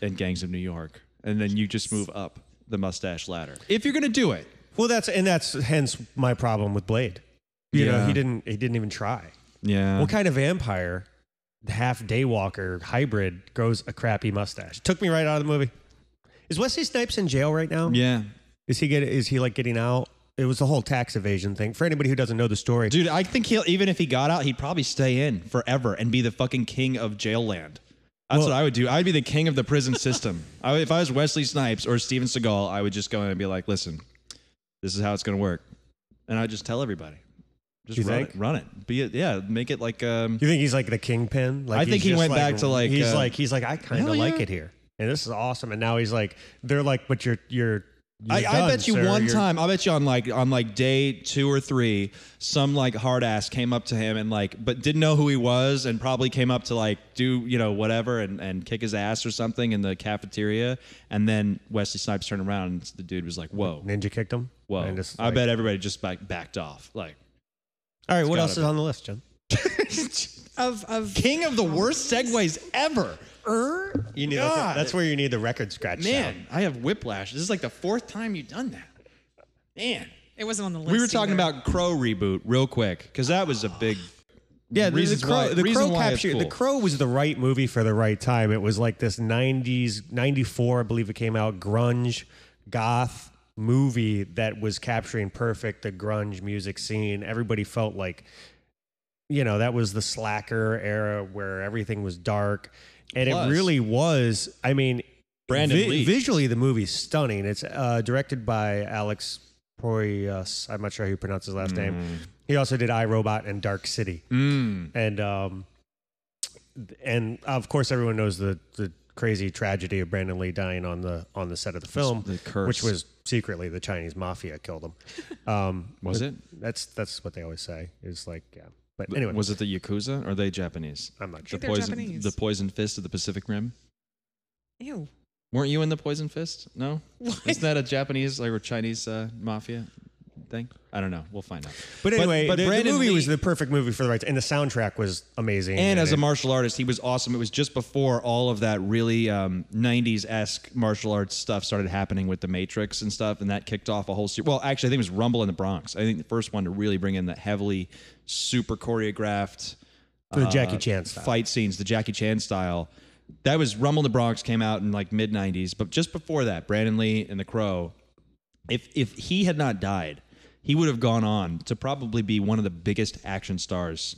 Speaker 2: and Gangs of New York. And then you just move up the mustache ladder. If you're gonna do it.
Speaker 3: Well, that's and that's hence my problem with Blade. You know,
Speaker 2: Yeah.
Speaker 3: he didn't. He didn't even try.
Speaker 2: Yeah.
Speaker 3: What kind of vampire, half daywalker hybrid, grows a crappy mustache? Took me right out of the movie. Is Wesley Snipes in jail right now?
Speaker 2: Yeah.
Speaker 3: Is he get? Is he like getting out? It was the whole tax evasion thing. For anybody who doesn't know the story,
Speaker 2: Dude, I think he'll even if he got out, he'd probably stay in forever and be the fucking king of jail land. That's
Speaker 3: Well-
Speaker 2: what I would do. I'd be the king of the prison system. I, would- if I was Wesley Snipes or Steven Seagal, I would just go in and be like, "Listen, this is how it's going to work," and I'd just tell everybody, "Just
Speaker 3: You
Speaker 2: run
Speaker 3: think?
Speaker 2: it, run it, be it, yeah, make it like um,
Speaker 3: you think he's like the kingpin? Like
Speaker 2: I
Speaker 3: he's
Speaker 2: think he
Speaker 3: just
Speaker 2: went back to, like,
Speaker 3: he's
Speaker 2: uh,
Speaker 3: like he's like I kind
Speaker 2: hell
Speaker 3: of like
Speaker 2: yeah.
Speaker 3: it here, and this is awesome. And now he's like they're like, but you're you're. you're
Speaker 2: I, I
Speaker 3: done,
Speaker 2: bet you
Speaker 3: sir.
Speaker 2: one
Speaker 3: You're-
Speaker 2: time. I bet you on like on like day two or three, some like hard ass came up to him and like, but didn't know who he was, and probably came up to like do you know whatever and and kick his ass or something in the cafeteria, and then Wesley Snipes turned around and the dude was like, "Whoa,
Speaker 3: Ninja kicked him.
Speaker 2: whoa!"
Speaker 3: And just
Speaker 2: I
Speaker 3: like-
Speaker 2: bet everybody just like backed off. Like
Speaker 3: All right, what
Speaker 2: gotta
Speaker 3: else is
Speaker 2: be.
Speaker 3: on the list, Jen?
Speaker 4: Of of
Speaker 2: king of the worst segues ever.
Speaker 4: er.
Speaker 3: You need
Speaker 2: God.
Speaker 3: that's where you need the record scratch. sound.
Speaker 2: Man, I have whiplash. This is like the fourth time you've done that. Man.
Speaker 4: It wasn't on the list.
Speaker 2: We were talking
Speaker 4: either.
Speaker 2: about Crow reboot real quick because that was a big.
Speaker 3: Yeah, the, the
Speaker 2: reasons
Speaker 3: crow.
Speaker 2: why-
Speaker 3: the
Speaker 2: reason
Speaker 3: crow
Speaker 2: why it's
Speaker 3: captured. The
Speaker 2: cool.
Speaker 3: crow was the right movie for the right time. It was like this '90s '94, I believe it came out, grunge, goth movie that was capturing perfect the grunge music scene. Everybody felt like you know, that was the slacker era where everything was dark. And
Speaker 2: Plus-
Speaker 3: it really was, I mean,
Speaker 2: Brandon Lee.
Speaker 3: visually the movie's stunning. It's uh, directed by Alex Proyas. I'm not sure how you pronounce his last
Speaker 2: Mm.
Speaker 3: name. He also did iRobot and Dark City.
Speaker 2: Hmm,
Speaker 3: And um and of course everyone knows the the crazy tragedy of Brandon Lee dying on the on the set of the film,
Speaker 2: the curse.
Speaker 3: which was secretly the Chinese mafia killed him. Um,
Speaker 2: Was it?
Speaker 3: That's that's what they always say. Is like, yeah. But anyway,
Speaker 5: was it the Yakuza or are they Japanese?
Speaker 3: I'm not
Speaker 2: The
Speaker 3: sure.
Speaker 4: they're
Speaker 2: poison,
Speaker 4: Japanese.
Speaker 2: the poison fist of the Pacific Rim.
Speaker 4: Ew.
Speaker 2: Weren't you in the poison fist? No,
Speaker 4: What?
Speaker 2: isn't that a Japanese like, or Chinese uh, mafia thing? I don't know. We'll find out.
Speaker 3: But anyway,
Speaker 2: but
Speaker 3: the, the
Speaker 2: Brandon
Speaker 3: movie
Speaker 2: Lee-
Speaker 3: was the perfect movie for the rights, and the soundtrack was amazing.
Speaker 2: And as a
Speaker 3: it-
Speaker 2: martial artist, he was awesome. It was just before all of that really um, 90s esque martial arts stuff started happening with The Matrix and stuff, and that kicked off a whole series. Well, actually, I think it was Rumble in the Bronx. I think the first one to really bring in the heavily super choreographed
Speaker 3: the
Speaker 2: uh,
Speaker 3: Jackie Chan style.
Speaker 2: fight scenes, the Jackie Chan style. That was Rumble in the Bronx came out in like mid 90s, but just before that, Brandon Lee and The Crow. If if he had not died, he would have gone on to probably be one of the biggest action stars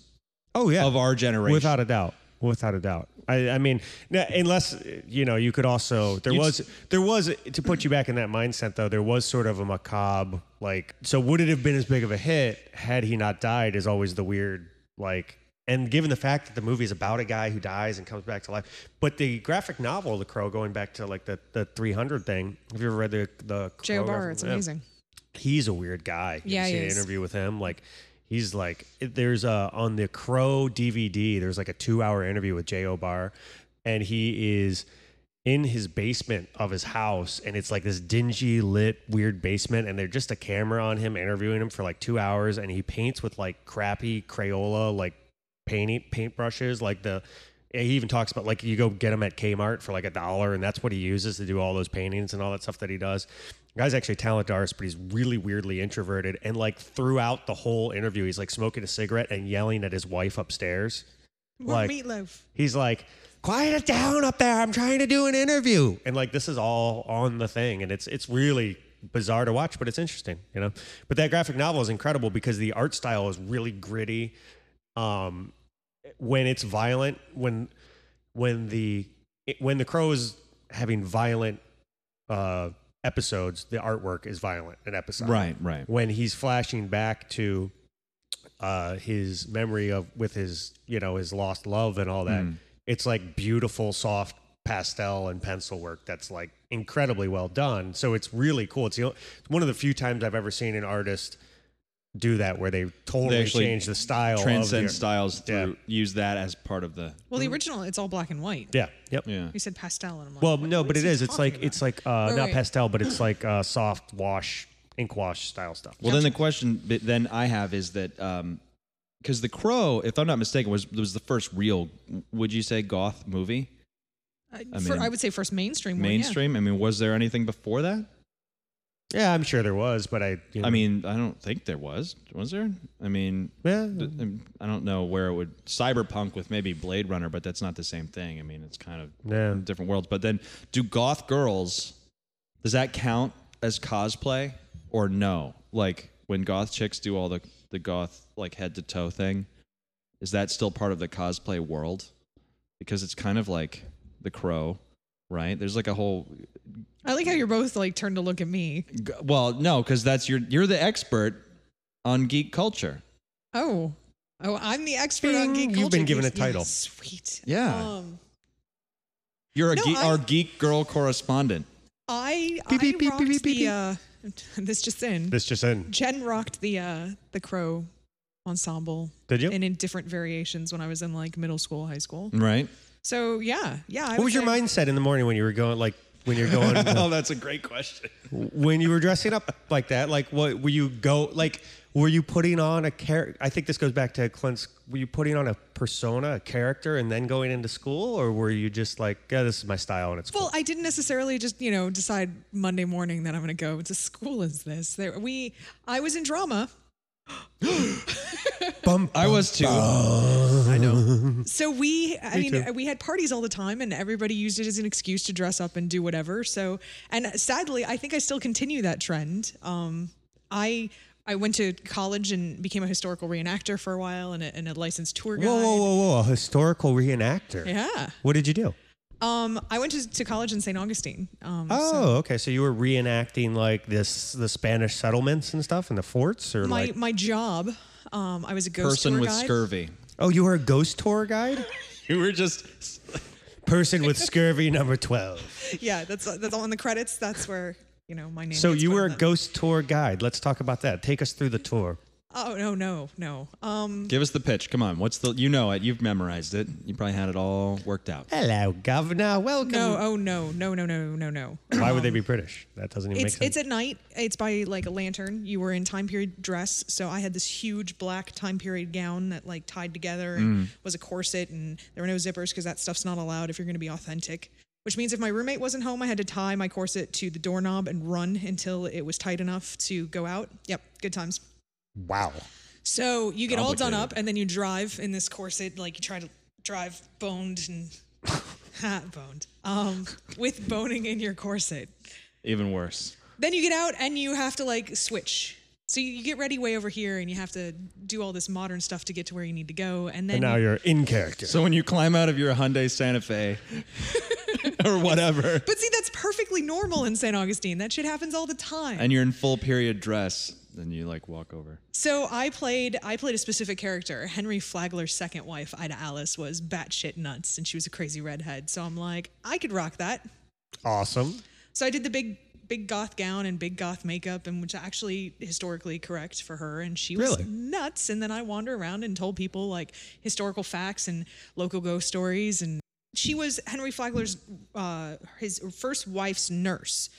Speaker 3: oh yeah,
Speaker 2: of our generation.
Speaker 3: Without a doubt. Without a doubt. I, I mean, n- unless you know, you could also there was there was to put you back in that mindset though. There was sort of a macabre like. So would it have been as big of a hit had he not died? Is always the weird like. And given the fact that the movie is about a guy who dies and comes back to life, but the graphic novel The Crow, going back to like the, the 300 thing, have you ever read the the
Speaker 4: Jay
Speaker 3: Crow
Speaker 4: O'Barr,
Speaker 3: graphic-
Speaker 4: it's
Speaker 3: Yeah
Speaker 4: amazing.
Speaker 3: he's a weird guy. You yeah,
Speaker 4: Yeah, he
Speaker 3: see an
Speaker 4: is.
Speaker 3: interview with him. Like he's like there's a on the Crow DVD. There's like a two hour interview with J O Barr, and he is in his basement of his house, and it's like this dingy lit weird basement, and they're just a camera on him interviewing him for like two hours, and he paints with like crappy Crayola like painting paintbrushes, like the. He even talks about like you go get him at Kmart for like a dollar, and that's what he uses to do all those paintings and all that stuff that he does. The guy's actually a talented artist, but he's really weirdly introverted. And like throughout the whole interview, he's like smoking a cigarette and yelling at his wife upstairs.
Speaker 4: More
Speaker 3: Like-
Speaker 4: meatloaf.
Speaker 3: He's like, "Quiet it down up there! I'm trying to do an interview." And like this is all on the thing, and it's it's really bizarre to watch, but it's interesting, you know. But that graphic novel is incredible because the art style is really gritty. Um, when it's violent, when when the it- when the crow is having violent uh, episodes, the artwork is violent an episode.
Speaker 2: Right, right.
Speaker 3: When he's flashing back to uh, his memory of with his you know his lost love and all
Speaker 2: Hmm.
Speaker 3: that, it's like beautiful soft pastel and pencil work that's like incredibly well done. So it's really cool. It's, the o- it's one of the few times I've ever seen an artist do that where they totally
Speaker 2: actually
Speaker 3: change the style Oh, of
Speaker 2: transcend
Speaker 3: the-
Speaker 2: styles
Speaker 3: Yeah.
Speaker 2: through use that as part of the
Speaker 4: Well, the
Speaker 3: Mm.
Speaker 4: original, it's all black and white.
Speaker 3: Yeah. Yep.
Speaker 2: yeah
Speaker 4: You said pastel, and I'm like,
Speaker 3: Well,
Speaker 4: what-
Speaker 3: no,
Speaker 4: what
Speaker 3: but it
Speaker 4: he
Speaker 3: is. It's like
Speaker 4: talking
Speaker 3: it's
Speaker 4: about?
Speaker 3: like uh,
Speaker 4: Wait,
Speaker 3: not
Speaker 4: wait.
Speaker 3: pastel, but it's like uh, soft wash, ink wash style stuff.
Speaker 2: well then the question that then i have is that um because the crow if i'm not mistaken was was the first real would you say goth movie
Speaker 4: I,
Speaker 2: I
Speaker 4: for-
Speaker 2: mean-
Speaker 4: I would say first mainstream. one, yeah.
Speaker 2: mainstream i mean was there anything before that
Speaker 3: yeah, I'm sure there was, but I. You know,
Speaker 2: i mean i don't think there was was there i mean
Speaker 3: yeah,
Speaker 2: th- I'm- i don't know where it would cyberpunk with maybe blade runner but that's not the same thing i mean it's kind of
Speaker 3: Yeah.
Speaker 2: different worlds but then do goth girls does that count as cosplay or no like when goth chicks do all the the goth like head to toe thing is that still part of the cosplay world because it's kind of like the crow right there's like a whole
Speaker 4: I like how you're both like turned to look at me.
Speaker 2: g- well no because that's your you're the expert on geek culture
Speaker 4: Oh, oh, I'm the expert on
Speaker 3: Bing.
Speaker 4: geek
Speaker 3: You've
Speaker 4: culture.
Speaker 3: been given a
Speaker 4: geeks. Yeah,
Speaker 3: title.
Speaker 4: sweet.
Speaker 2: Yeah.
Speaker 4: Um,
Speaker 2: you're a
Speaker 4: No,
Speaker 2: geek,
Speaker 4: I-
Speaker 2: our geek girl correspondent
Speaker 4: I
Speaker 3: Beep, beep,
Speaker 4: I
Speaker 3: beep,
Speaker 4: rocked
Speaker 3: beep, beep,
Speaker 4: the.
Speaker 3: beep, beep.
Speaker 4: Uh, this just in.
Speaker 3: this just in.
Speaker 4: Jen rocked the uh, the crow ensemble.
Speaker 3: Did you? Mm.
Speaker 4: And in different variations when I was in like middle school, high school.
Speaker 2: right
Speaker 4: So yeah, yeah. I
Speaker 3: What
Speaker 4: would
Speaker 3: was your
Speaker 4: say-
Speaker 3: mindset in the morning when you were going like when you're going
Speaker 2: Oh, that's a great question
Speaker 3: when you were dressing up like that? Like what were you go like? Were you putting on a character? I think this goes back to Clint's. Were you putting on a persona, a character, and then going into school, or were you just like, yeah, this is my style and it's cool?
Speaker 4: Well, I didn't necessarily just you know decide Monday morning that I'm going to go to school as this. There, we I was in drama,
Speaker 3: Bum,
Speaker 2: i was too i know
Speaker 4: so we I mean
Speaker 3: too.
Speaker 4: we had parties all the time, and everybody used it as an excuse to dress up and do whatever. So, and sadly, I think I still continue that trend. Um, I I went to college and became a historical reenactor for a while and a, and a licensed tour guide.
Speaker 3: Whoa, whoa, whoa, whoa! A historical reenactor.
Speaker 4: Yeah.
Speaker 3: What did you do?
Speaker 4: Um, I went to, to college in St. Augustine. Um,
Speaker 3: Oh,
Speaker 4: so
Speaker 3: okay. So you were reenacting like this the Spanish settlements and stuff and the forts, or
Speaker 4: my
Speaker 3: Oh. like
Speaker 4: my job. Um, I was a ghost
Speaker 2: Person
Speaker 4: tour
Speaker 2: with
Speaker 4: guide.
Speaker 2: scurvy.
Speaker 3: oh, you were a ghost tour guide.
Speaker 2: You were just
Speaker 3: Person with scurvy number twelve.
Speaker 4: Yeah, that's that's on the credits. That's where you know my name.
Speaker 3: So
Speaker 4: gets
Speaker 3: you
Speaker 4: put
Speaker 3: were
Speaker 4: on
Speaker 3: a
Speaker 4: that.
Speaker 3: ghost tour guide. Let's talk about that. Take us through the tour.
Speaker 4: Oh no no no. Um,
Speaker 2: give us the pitch. Come on, what's the? You know it. You've memorized it. You probably had it all worked out.
Speaker 3: Hello, governor. Welcome.
Speaker 4: no oh no no no no no no.
Speaker 3: Why would they be British? That doesn't even
Speaker 4: It's
Speaker 3: make
Speaker 4: it's
Speaker 3: sense.
Speaker 4: at night. It's by like a lantern. You were in time period dress, so I had this huge black time period gown that like tied together
Speaker 3: Mm.
Speaker 4: and was a corset, and there were no zippers because that stuff's not allowed if you're going to be authentic. Which means if my roommate wasn't home, I had to tie my corset to the doorknob and run until it was tight enough to go out. Yep, good times.
Speaker 3: wow.
Speaker 4: So you get all done up,
Speaker 2: Complicated.
Speaker 4: and then you drive in this corset, like you try to drive boned and ha, boned, um, with boning in your corset
Speaker 2: Even worse.
Speaker 4: then you get out and you have to like switch. So you, you get ready way over here and you have to do all this modern stuff to get to where you need to go. And then
Speaker 3: And now you're in character.
Speaker 2: So when you climb out of your Hyundai Santa Fe or whatever,
Speaker 4: But see, that's perfectly normal in St. Augustine. That shit happens all the time.
Speaker 2: and you're in full period dress, then you like walk over.
Speaker 4: so I played I played a specific character. Henry Flagler's second wife, Ida Alice, was batshit nuts and she was a crazy redhead. So I'm like, I could rock that.
Speaker 3: awesome.
Speaker 4: So I did the big big goth gown and big goth makeup and which actually historically correct for her and she was
Speaker 3: Really?
Speaker 4: nuts and then I wander around and told people like historical facts and local ghost stories and she was Henry Flagler's uh his first wife's nurse.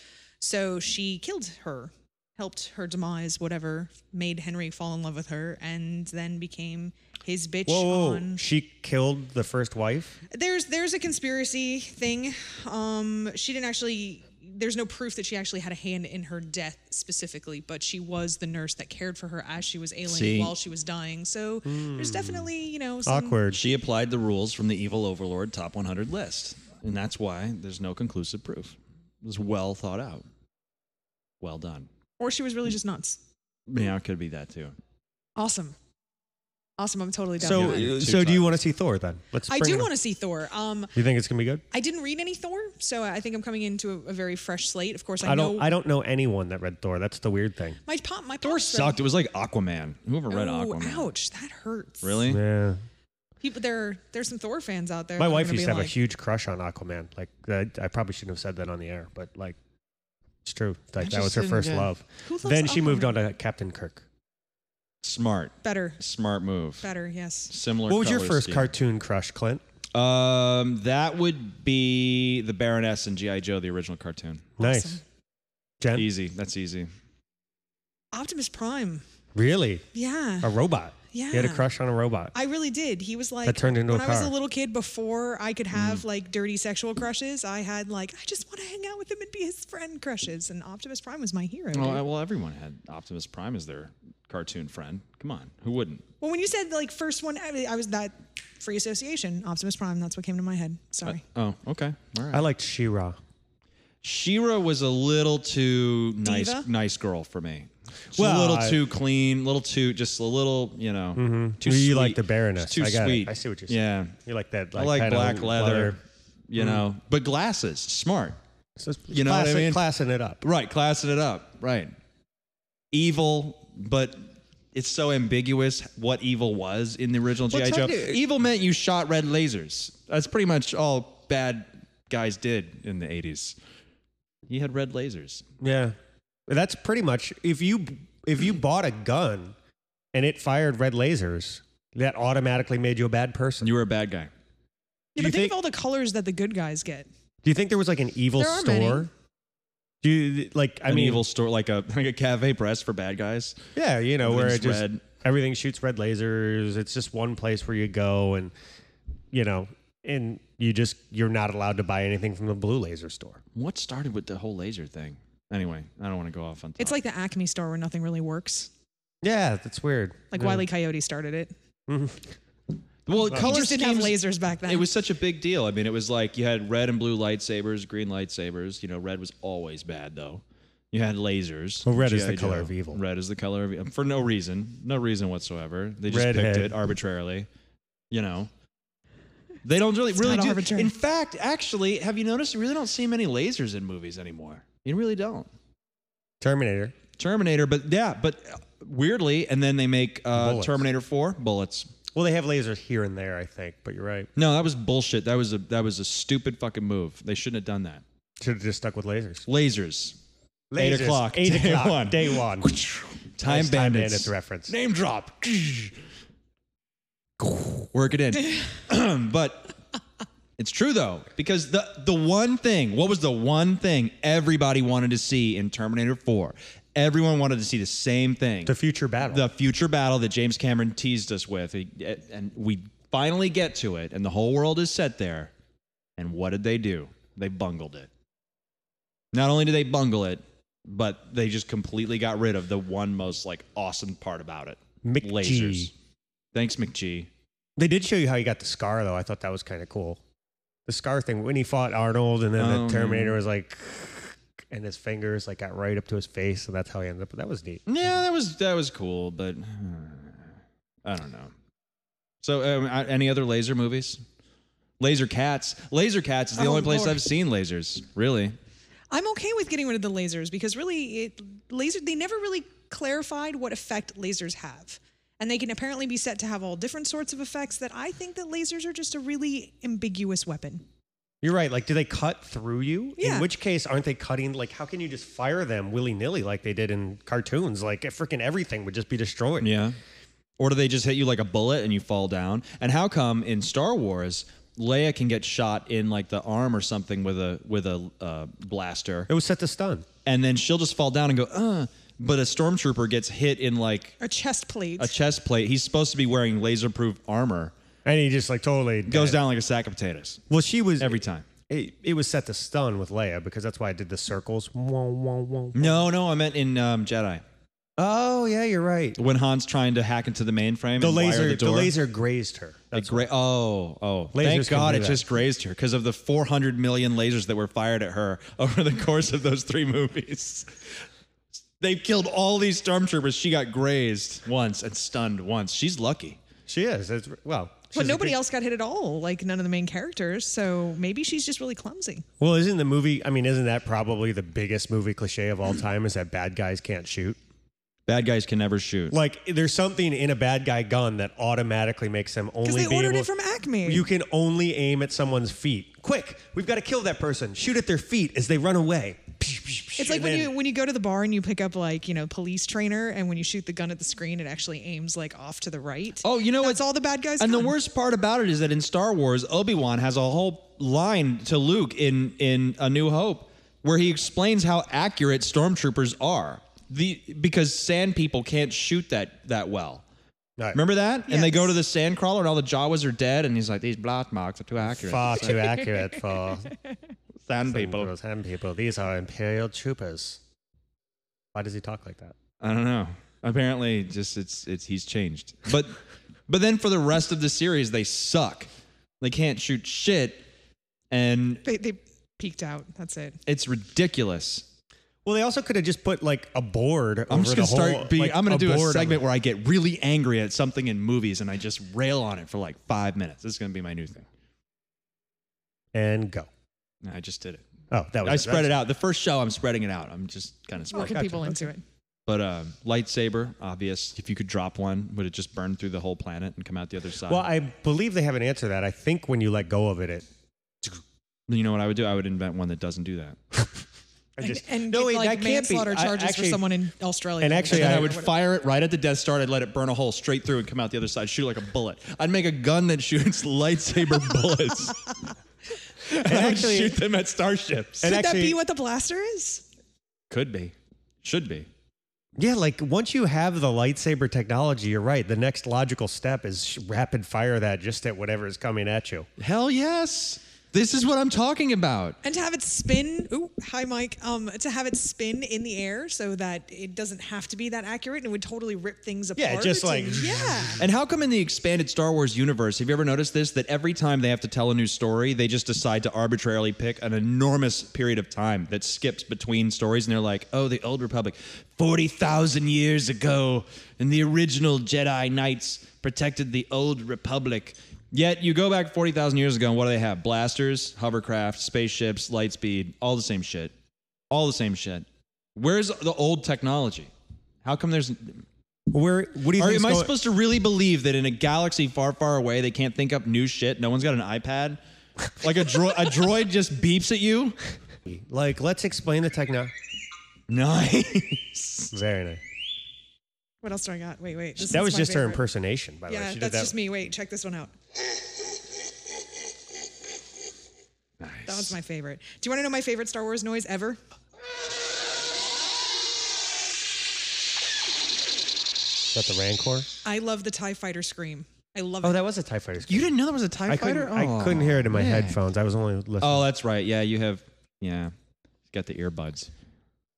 Speaker 4: So she killed her, helped her demise, whatever, made Henry fall in love with her and then became his bitch
Speaker 3: Whoa, whoa.
Speaker 4: on
Speaker 3: She killed the first wife.
Speaker 4: there's there's a conspiracy thing. Um, she didn't actually. There's no proof that she actually had a hand in her death specifically, but she was the nurse that cared for her as she was ailing
Speaker 2: See?
Speaker 4: while she was dying. So there's definitely you know some,
Speaker 3: Hmm. Awkward.
Speaker 2: She applied the rules from the Evil Overlord Top 100 list, and that's why there's no conclusive proof. It was well thought out. Well done.
Speaker 4: or she was really just nuts.
Speaker 2: Yeah, it could be that too.
Speaker 4: Awesome, awesome. I'm totally down.
Speaker 3: So,
Speaker 4: with that.
Speaker 2: Yeah,
Speaker 3: uh,
Speaker 2: two
Speaker 3: so do you
Speaker 2: times.
Speaker 3: want to see Thor then? Let's.
Speaker 4: I
Speaker 3: bring
Speaker 4: do
Speaker 3: it up.
Speaker 4: want to see Thor. Um,
Speaker 3: You think it's gonna be good?
Speaker 4: I didn't read any Thor, so I think I'm coming into a, a very fresh slate. Of course, I,
Speaker 3: I
Speaker 4: know
Speaker 3: don't. I don't know anyone that read Thor. That's the weird thing.
Speaker 4: my pop. My
Speaker 2: Thor
Speaker 4: pops read-
Speaker 2: sucked. It was like Aquaman. Whoever read
Speaker 4: Oh,
Speaker 2: Aquaman?
Speaker 4: ouch! That hurts.
Speaker 2: Really?
Speaker 3: Yeah.
Speaker 4: People, there, there's some Thor fans out there.
Speaker 3: My
Speaker 4: that are
Speaker 3: wife
Speaker 4: gonna
Speaker 3: used
Speaker 4: be
Speaker 3: to have a
Speaker 4: like,
Speaker 3: huge crush on Aquaman. Like, that, I probably shouldn't have said that on the air, but like, it's true. Like, that
Speaker 5: just
Speaker 3: was her
Speaker 5: didn't
Speaker 3: first
Speaker 5: get-
Speaker 3: love.
Speaker 4: Who loves
Speaker 3: Then she moved
Speaker 4: Aquaman?
Speaker 3: on to Captain Kirk.
Speaker 2: Smart.
Speaker 4: Better,
Speaker 2: Smart move.
Speaker 4: better, yes.
Speaker 2: Similar.
Speaker 3: What was your
Speaker 2: color
Speaker 3: first
Speaker 2: scheme.
Speaker 3: cartoon crush, Clint?
Speaker 2: Um, that would be the Baroness and GI Joe, the original cartoon.
Speaker 3: Nice.
Speaker 4: Awesome.
Speaker 3: Jen?
Speaker 2: Easy. That's easy.
Speaker 4: Optimus Prime.
Speaker 3: Really?
Speaker 4: Yeah.
Speaker 3: A robot? You had a
Speaker 4: Yeah.
Speaker 3: crush on a robot.
Speaker 4: I really did. He was like
Speaker 3: That turned into a
Speaker 4: when I was
Speaker 3: car. Mm.
Speaker 4: a little kid before I could have like dirty sexual crushes, I had like I just want to hang out with him and be his friend crushes and Optimus Prime was my hero. dude.
Speaker 2: Well, uh, well, everyone had Optimus Prime as their cartoon friend. Come on, who wouldn't?
Speaker 4: well, when you said like first one I, mean, I was that free association, Optimus Prime, that's what came to my head. Sorry.
Speaker 2: Oh, okay. All right.
Speaker 3: I liked She-Ra.
Speaker 2: Shira was a little too nice,
Speaker 4: Diva?
Speaker 2: nice girl for me. Just
Speaker 3: Well,
Speaker 2: a little
Speaker 3: I- Mm-hmm.
Speaker 2: too clean, little too, just a little, you know, too
Speaker 3: You
Speaker 2: sweet.
Speaker 3: like the Baroness.
Speaker 2: She's Too
Speaker 3: I got it.
Speaker 2: sweet.
Speaker 3: I see what you're saying.
Speaker 2: Yeah,
Speaker 3: You like that?
Speaker 2: I like
Speaker 3: kinda Mm-hmm.
Speaker 2: black leather, you know, but glasses, smart,
Speaker 3: So it's
Speaker 2: You know what I
Speaker 3: classing-
Speaker 2: mean?
Speaker 3: Classing it up.
Speaker 2: right? Classing it up, right? Evil, but it's so ambiguous what evil was in the original
Speaker 3: Well,
Speaker 2: GI Joe.
Speaker 3: techni-
Speaker 2: Evil meant you shot red lasers. That's pretty much all bad guys did in the '80s. You had red lasers.
Speaker 3: Yeah, that's pretty much if you if you bought a gun and it fired red lasers, that automatically made you a bad person.
Speaker 2: You were a bad guy.
Speaker 3: Do
Speaker 4: Yeah,
Speaker 3: you
Speaker 4: but think,
Speaker 3: think-
Speaker 4: of all the colors that the good guys get.
Speaker 3: Do you think there was like an evil
Speaker 4: There are
Speaker 3: store?
Speaker 4: many.
Speaker 3: Do you like? I
Speaker 2: an
Speaker 3: mean,
Speaker 2: evil store, like a like a cafe press for bad guys.
Speaker 3: yeah, you know, where it
Speaker 2: Everything's
Speaker 3: just
Speaker 2: red.
Speaker 3: everything shoots red lasers. It's just one place where you go, and you know, and you just you're not allowed to buy anything from the blue laser store.
Speaker 2: What started with the whole laser thing? Anyway, I don't want to go off on.
Speaker 4: It's like the Acme store where nothing really works.
Speaker 3: Yeah, that's weird.
Speaker 4: Like E.
Speaker 3: yeah.
Speaker 4: Wiley Coyote started it.
Speaker 2: well,
Speaker 4: He
Speaker 2: color
Speaker 4: just didn't have
Speaker 2: schemes-
Speaker 4: lasers back then.
Speaker 2: It was such a big deal. I mean, it was like you had red and blue lightsabers, green lightsabers. You know, red was always bad though. You had lasers.
Speaker 3: Well, red is
Speaker 2: G.I.
Speaker 3: the color
Speaker 2: Joe.
Speaker 3: of evil.
Speaker 2: Red is the color of evil. For no reason. No reason whatsoever. They just
Speaker 3: Redhead.
Speaker 2: picked it arbitrarily. You know. They don't really really
Speaker 4: not
Speaker 2: do.
Speaker 4: arbitrary.
Speaker 2: In fact, actually, have you noticed you really don't see many lasers in movies anymore? You really don't.
Speaker 3: Mm. Terminator.
Speaker 2: Terminator, but yeah, but uh, weirdly, and then they make uh,
Speaker 3: Bullets.
Speaker 2: Terminator 4 bullets.
Speaker 3: Well, they have lasers here and there, I think, but you're right.
Speaker 2: No, that was bullshit. That was a that was a stupid fucking move. They shouldn't have done that.
Speaker 3: Should have just stuck with lasers.
Speaker 2: Lasers.
Speaker 3: Lasers,
Speaker 2: o'clock,
Speaker 3: Eight
Speaker 2: day
Speaker 3: o'clock.
Speaker 2: one.
Speaker 3: Day one.
Speaker 2: Time
Speaker 3: Nice
Speaker 2: bandits.
Speaker 3: Time Bandits reference.
Speaker 2: Name drop. Work it in. but it's true though, because the the one thing, what was the one thing everybody wanted to see in Terminator 4? Everyone wanted to see the same thing.
Speaker 3: The future battle.
Speaker 2: the future battle that James Cameron teased us with, He- eh, and we finally get to it, and the whole world is set there. And what did they do? They bungled it. Not only did they bungle it, but they just completely got rid of the one most like awesome part about it.
Speaker 3: McG.
Speaker 2: Lasers. Thanks, McG.
Speaker 3: They did show you how he got the scar, though. I thought that was kind of cool. The scar thing when he fought Arnold, and then
Speaker 2: Oh,
Speaker 3: the Terminator was like, and his fingers like got right up to his face, and that's how he ended up. That was neat.
Speaker 2: Yeah, that was that was cool, but uh, I don't know. So, um, I- any other laser movies? Laser cats. Laser cats is the
Speaker 4: Oh,
Speaker 2: only place
Speaker 4: Lord.
Speaker 2: I've seen lasers. Really?
Speaker 4: I'm okay with getting rid of the lasers because really, it, laser they never really clarified what effect lasers have, and they can apparently be set to have all different sorts of effects. That I think that lasers are just a really ambiguous weapon.
Speaker 3: You're right. Like, do they cut through you?
Speaker 4: Yeah.
Speaker 3: In which case, aren't they cutting? Like, how can you just fire them willy nilly like they did in cartoons? Like, freaking everything would just be destroyed.
Speaker 2: Yeah. Or do they just hit you like a bullet and you fall down? And how come in Star Wars, Leia can get shot in like the arm or something with a with a uh, blaster,
Speaker 3: It was set to stun.
Speaker 2: and then she'll just fall down and go, uh. But a stormtrooper gets hit in like
Speaker 4: A chest plate.
Speaker 2: a chest plate. He's supposed to be wearing laser-proof armor.
Speaker 3: And he just like totally
Speaker 2: Goes
Speaker 3: dead.
Speaker 2: down like a sack of potatoes
Speaker 3: Well, she was
Speaker 2: every time.
Speaker 3: It, it was set to stun with Leia because that's why I did the circles. Wah, wah, wah.
Speaker 2: No, no, I meant in um, Jedi
Speaker 3: Oh yeah, you're right.
Speaker 2: when Han's trying to hack into the mainframe.
Speaker 3: The
Speaker 2: and
Speaker 3: laser,
Speaker 2: wire the,
Speaker 3: the,
Speaker 2: door,
Speaker 3: laser grazed her.
Speaker 2: It gra- oh, oh!
Speaker 3: Lasers
Speaker 2: Thank
Speaker 3: can
Speaker 2: God
Speaker 3: do
Speaker 2: it
Speaker 3: that.
Speaker 2: just grazed her because of the 400 million lasers that were fired at her over the course of those three movies. They've killed all these stormtroopers. She got grazed once and stunned once. She's lucky.
Speaker 3: She is. It's, well, she's
Speaker 4: but
Speaker 3: a
Speaker 4: nobody
Speaker 3: big-
Speaker 4: else got hit at all. Like none of the main characters. So maybe she's just really clumsy.
Speaker 3: Well, isn't the movie? I mean, isn't that probably the biggest movie cliche of all time? Is that bad guys can't shoot?
Speaker 2: Bad guys can never shoot.
Speaker 3: Like, there's something in a bad guy gun that automatically makes them only.
Speaker 4: Because they
Speaker 3: be
Speaker 4: ordered
Speaker 3: able-
Speaker 4: it from Acme.
Speaker 3: You can only aim at someone's feet. Quick, we've got to kill that person. Shoot at their feet as they run away.
Speaker 4: It's like when you when you go to the bar and you pick up like you know police trainer, and when you shoot the gun at the screen, it actually aims like off to the right.
Speaker 2: Oh, you know
Speaker 4: That's
Speaker 2: what?
Speaker 4: all the bad guys.
Speaker 2: And the
Speaker 4: gun.
Speaker 2: worst part about it is that in Star Wars, Obi Wan has a whole line to Luke in in A New Hope where he explains how accurate stormtroopers are. The because sand people can't shoot that that well.
Speaker 3: Right.
Speaker 2: Remember that? And they go
Speaker 4: Yes.
Speaker 2: to the sand crawler and all the Jawas are dead, and he's like, "These blot marks are too accurate.
Speaker 3: far too accurate for
Speaker 2: Sand people.
Speaker 3: those hand people. These are imperial troopers. Why does he talk like that?
Speaker 2: I don't know. Apparently, just it's it's he's changed. But but then for the rest of the series, they suck. They can't shoot shit, and
Speaker 4: They, they peeked out. That's it.
Speaker 2: it's ridiculous.
Speaker 3: Well, they also could have just put like a board.
Speaker 2: I'm
Speaker 3: over
Speaker 2: just gonna
Speaker 3: the whole-
Speaker 2: start being.
Speaker 3: like,
Speaker 2: I'm gonna do a
Speaker 3: board on-
Speaker 2: segment where I get really angry at something in movies and I just rail on it for like five minutes. This is gonna be my new thing.
Speaker 3: and go.
Speaker 2: No, I just did it.
Speaker 3: Oh, that was
Speaker 2: I spread it out. The first show, I'm spreading it out. I'm just kind of
Speaker 4: Working
Speaker 2: spreading.
Speaker 4: people into it.
Speaker 2: But um, lightsaber, obvious. If you could drop one, would it just burn through the whole planet and come out the other side?
Speaker 3: Well, I believe they have an answer to that. I think when you let go of it, it
Speaker 2: you know what I would do? I would invent one that doesn't do that.
Speaker 3: I just
Speaker 4: And
Speaker 3: no,
Speaker 4: get,
Speaker 3: wait,
Speaker 4: like
Speaker 3: that can't be.
Speaker 4: manslaughter
Speaker 3: I-
Speaker 4: charges
Speaker 3: actually,
Speaker 4: for someone in Australia.
Speaker 3: and actually,
Speaker 2: And
Speaker 3: I-
Speaker 2: I would fire it right at the Death Star. I'd let it burn a hole straight through and come out the other side, shoot it like a bullet. I'd make a gun that shoots lightsaber bullets. and I would
Speaker 3: actually-
Speaker 2: shoot them at starships.
Speaker 3: and
Speaker 4: could that
Speaker 3: actually-
Speaker 4: be what the blaster is?
Speaker 2: Could be. Should be.
Speaker 3: Yeah, like once you have the lightsaber technology, you're right. The next logical step is sh- rapid fire that just at whatever is coming at you.
Speaker 2: Hell yes. This is what I'm talking about.
Speaker 4: And to have it spin, ooh, hi Mike. Um, to have it spin in the air so that it doesn't have to be that accurate and it would totally rip things apart.
Speaker 3: Yeah, just like-
Speaker 4: and- yeah.
Speaker 2: And how come in the expanded Star Wars universe, have you ever noticed this? That every time they have to tell a new story, they just decide to arbitrarily pick an enormous period of time that skips between stories. And they're like, oh, the Old Republic, 40,000 years ago, and the original Jedi Knights protected the Old Republic. Yet you go back 40,000 years ago, and what do they have? Blasters, hovercraft, spaceships, lightspeed, all the same shit. All the same shit. Where's the old technology? How come there's
Speaker 3: Where? What do you
Speaker 2: are,
Speaker 3: think?
Speaker 2: am I supposed to really believe that in a galaxy far, far away they can't think up new shit? No one's got an iPad. Like a droid, a droid just beeps at you.
Speaker 3: like? Let's explain the techno.
Speaker 2: Nice.
Speaker 3: Very nice.
Speaker 4: What else do I got? Wait, wait. This
Speaker 3: That
Speaker 4: is
Speaker 3: was
Speaker 4: my
Speaker 3: just her
Speaker 4: favorite.
Speaker 3: impersonation, by the way.
Speaker 4: Yeah,
Speaker 3: She did
Speaker 4: that's
Speaker 3: that.
Speaker 4: just me. Wait, check this one out. That was my favorite. Do you want to know my favorite Star Wars noise ever?
Speaker 3: Is that the Rancor?
Speaker 4: I love the TIE fighter scream. I love
Speaker 3: Oh,
Speaker 4: it.
Speaker 3: that was a Tie Fighter.
Speaker 2: You didn't know there was a Tie
Speaker 3: I couldn't.
Speaker 2: Fighter. oh.
Speaker 3: I couldn't hear it in my headphones. I was only listening.
Speaker 2: Oh, that's right. Yeah, you have. Yeah, you got the earbuds.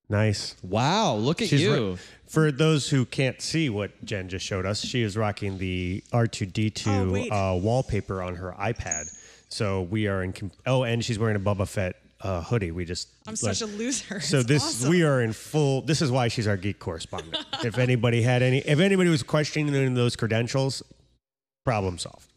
Speaker 3: nice.
Speaker 2: Wow, look at
Speaker 3: She's
Speaker 2: you.
Speaker 3: ro- for those who can't see what Jen just showed us, she is rocking the
Speaker 4: Oh,
Speaker 3: R2D2
Speaker 4: wait.
Speaker 3: uh, wallpaper on her iPad. So we are in. Com- oh, and she's wearing a Boba Fett uh, hoodie. We just.
Speaker 4: I'm such a loser.
Speaker 3: So
Speaker 4: It's
Speaker 3: this
Speaker 4: awesome.
Speaker 3: we are in full. This is why she's our geek correspondent. if anybody had any, if anybody was questioning those credentials, problem solved.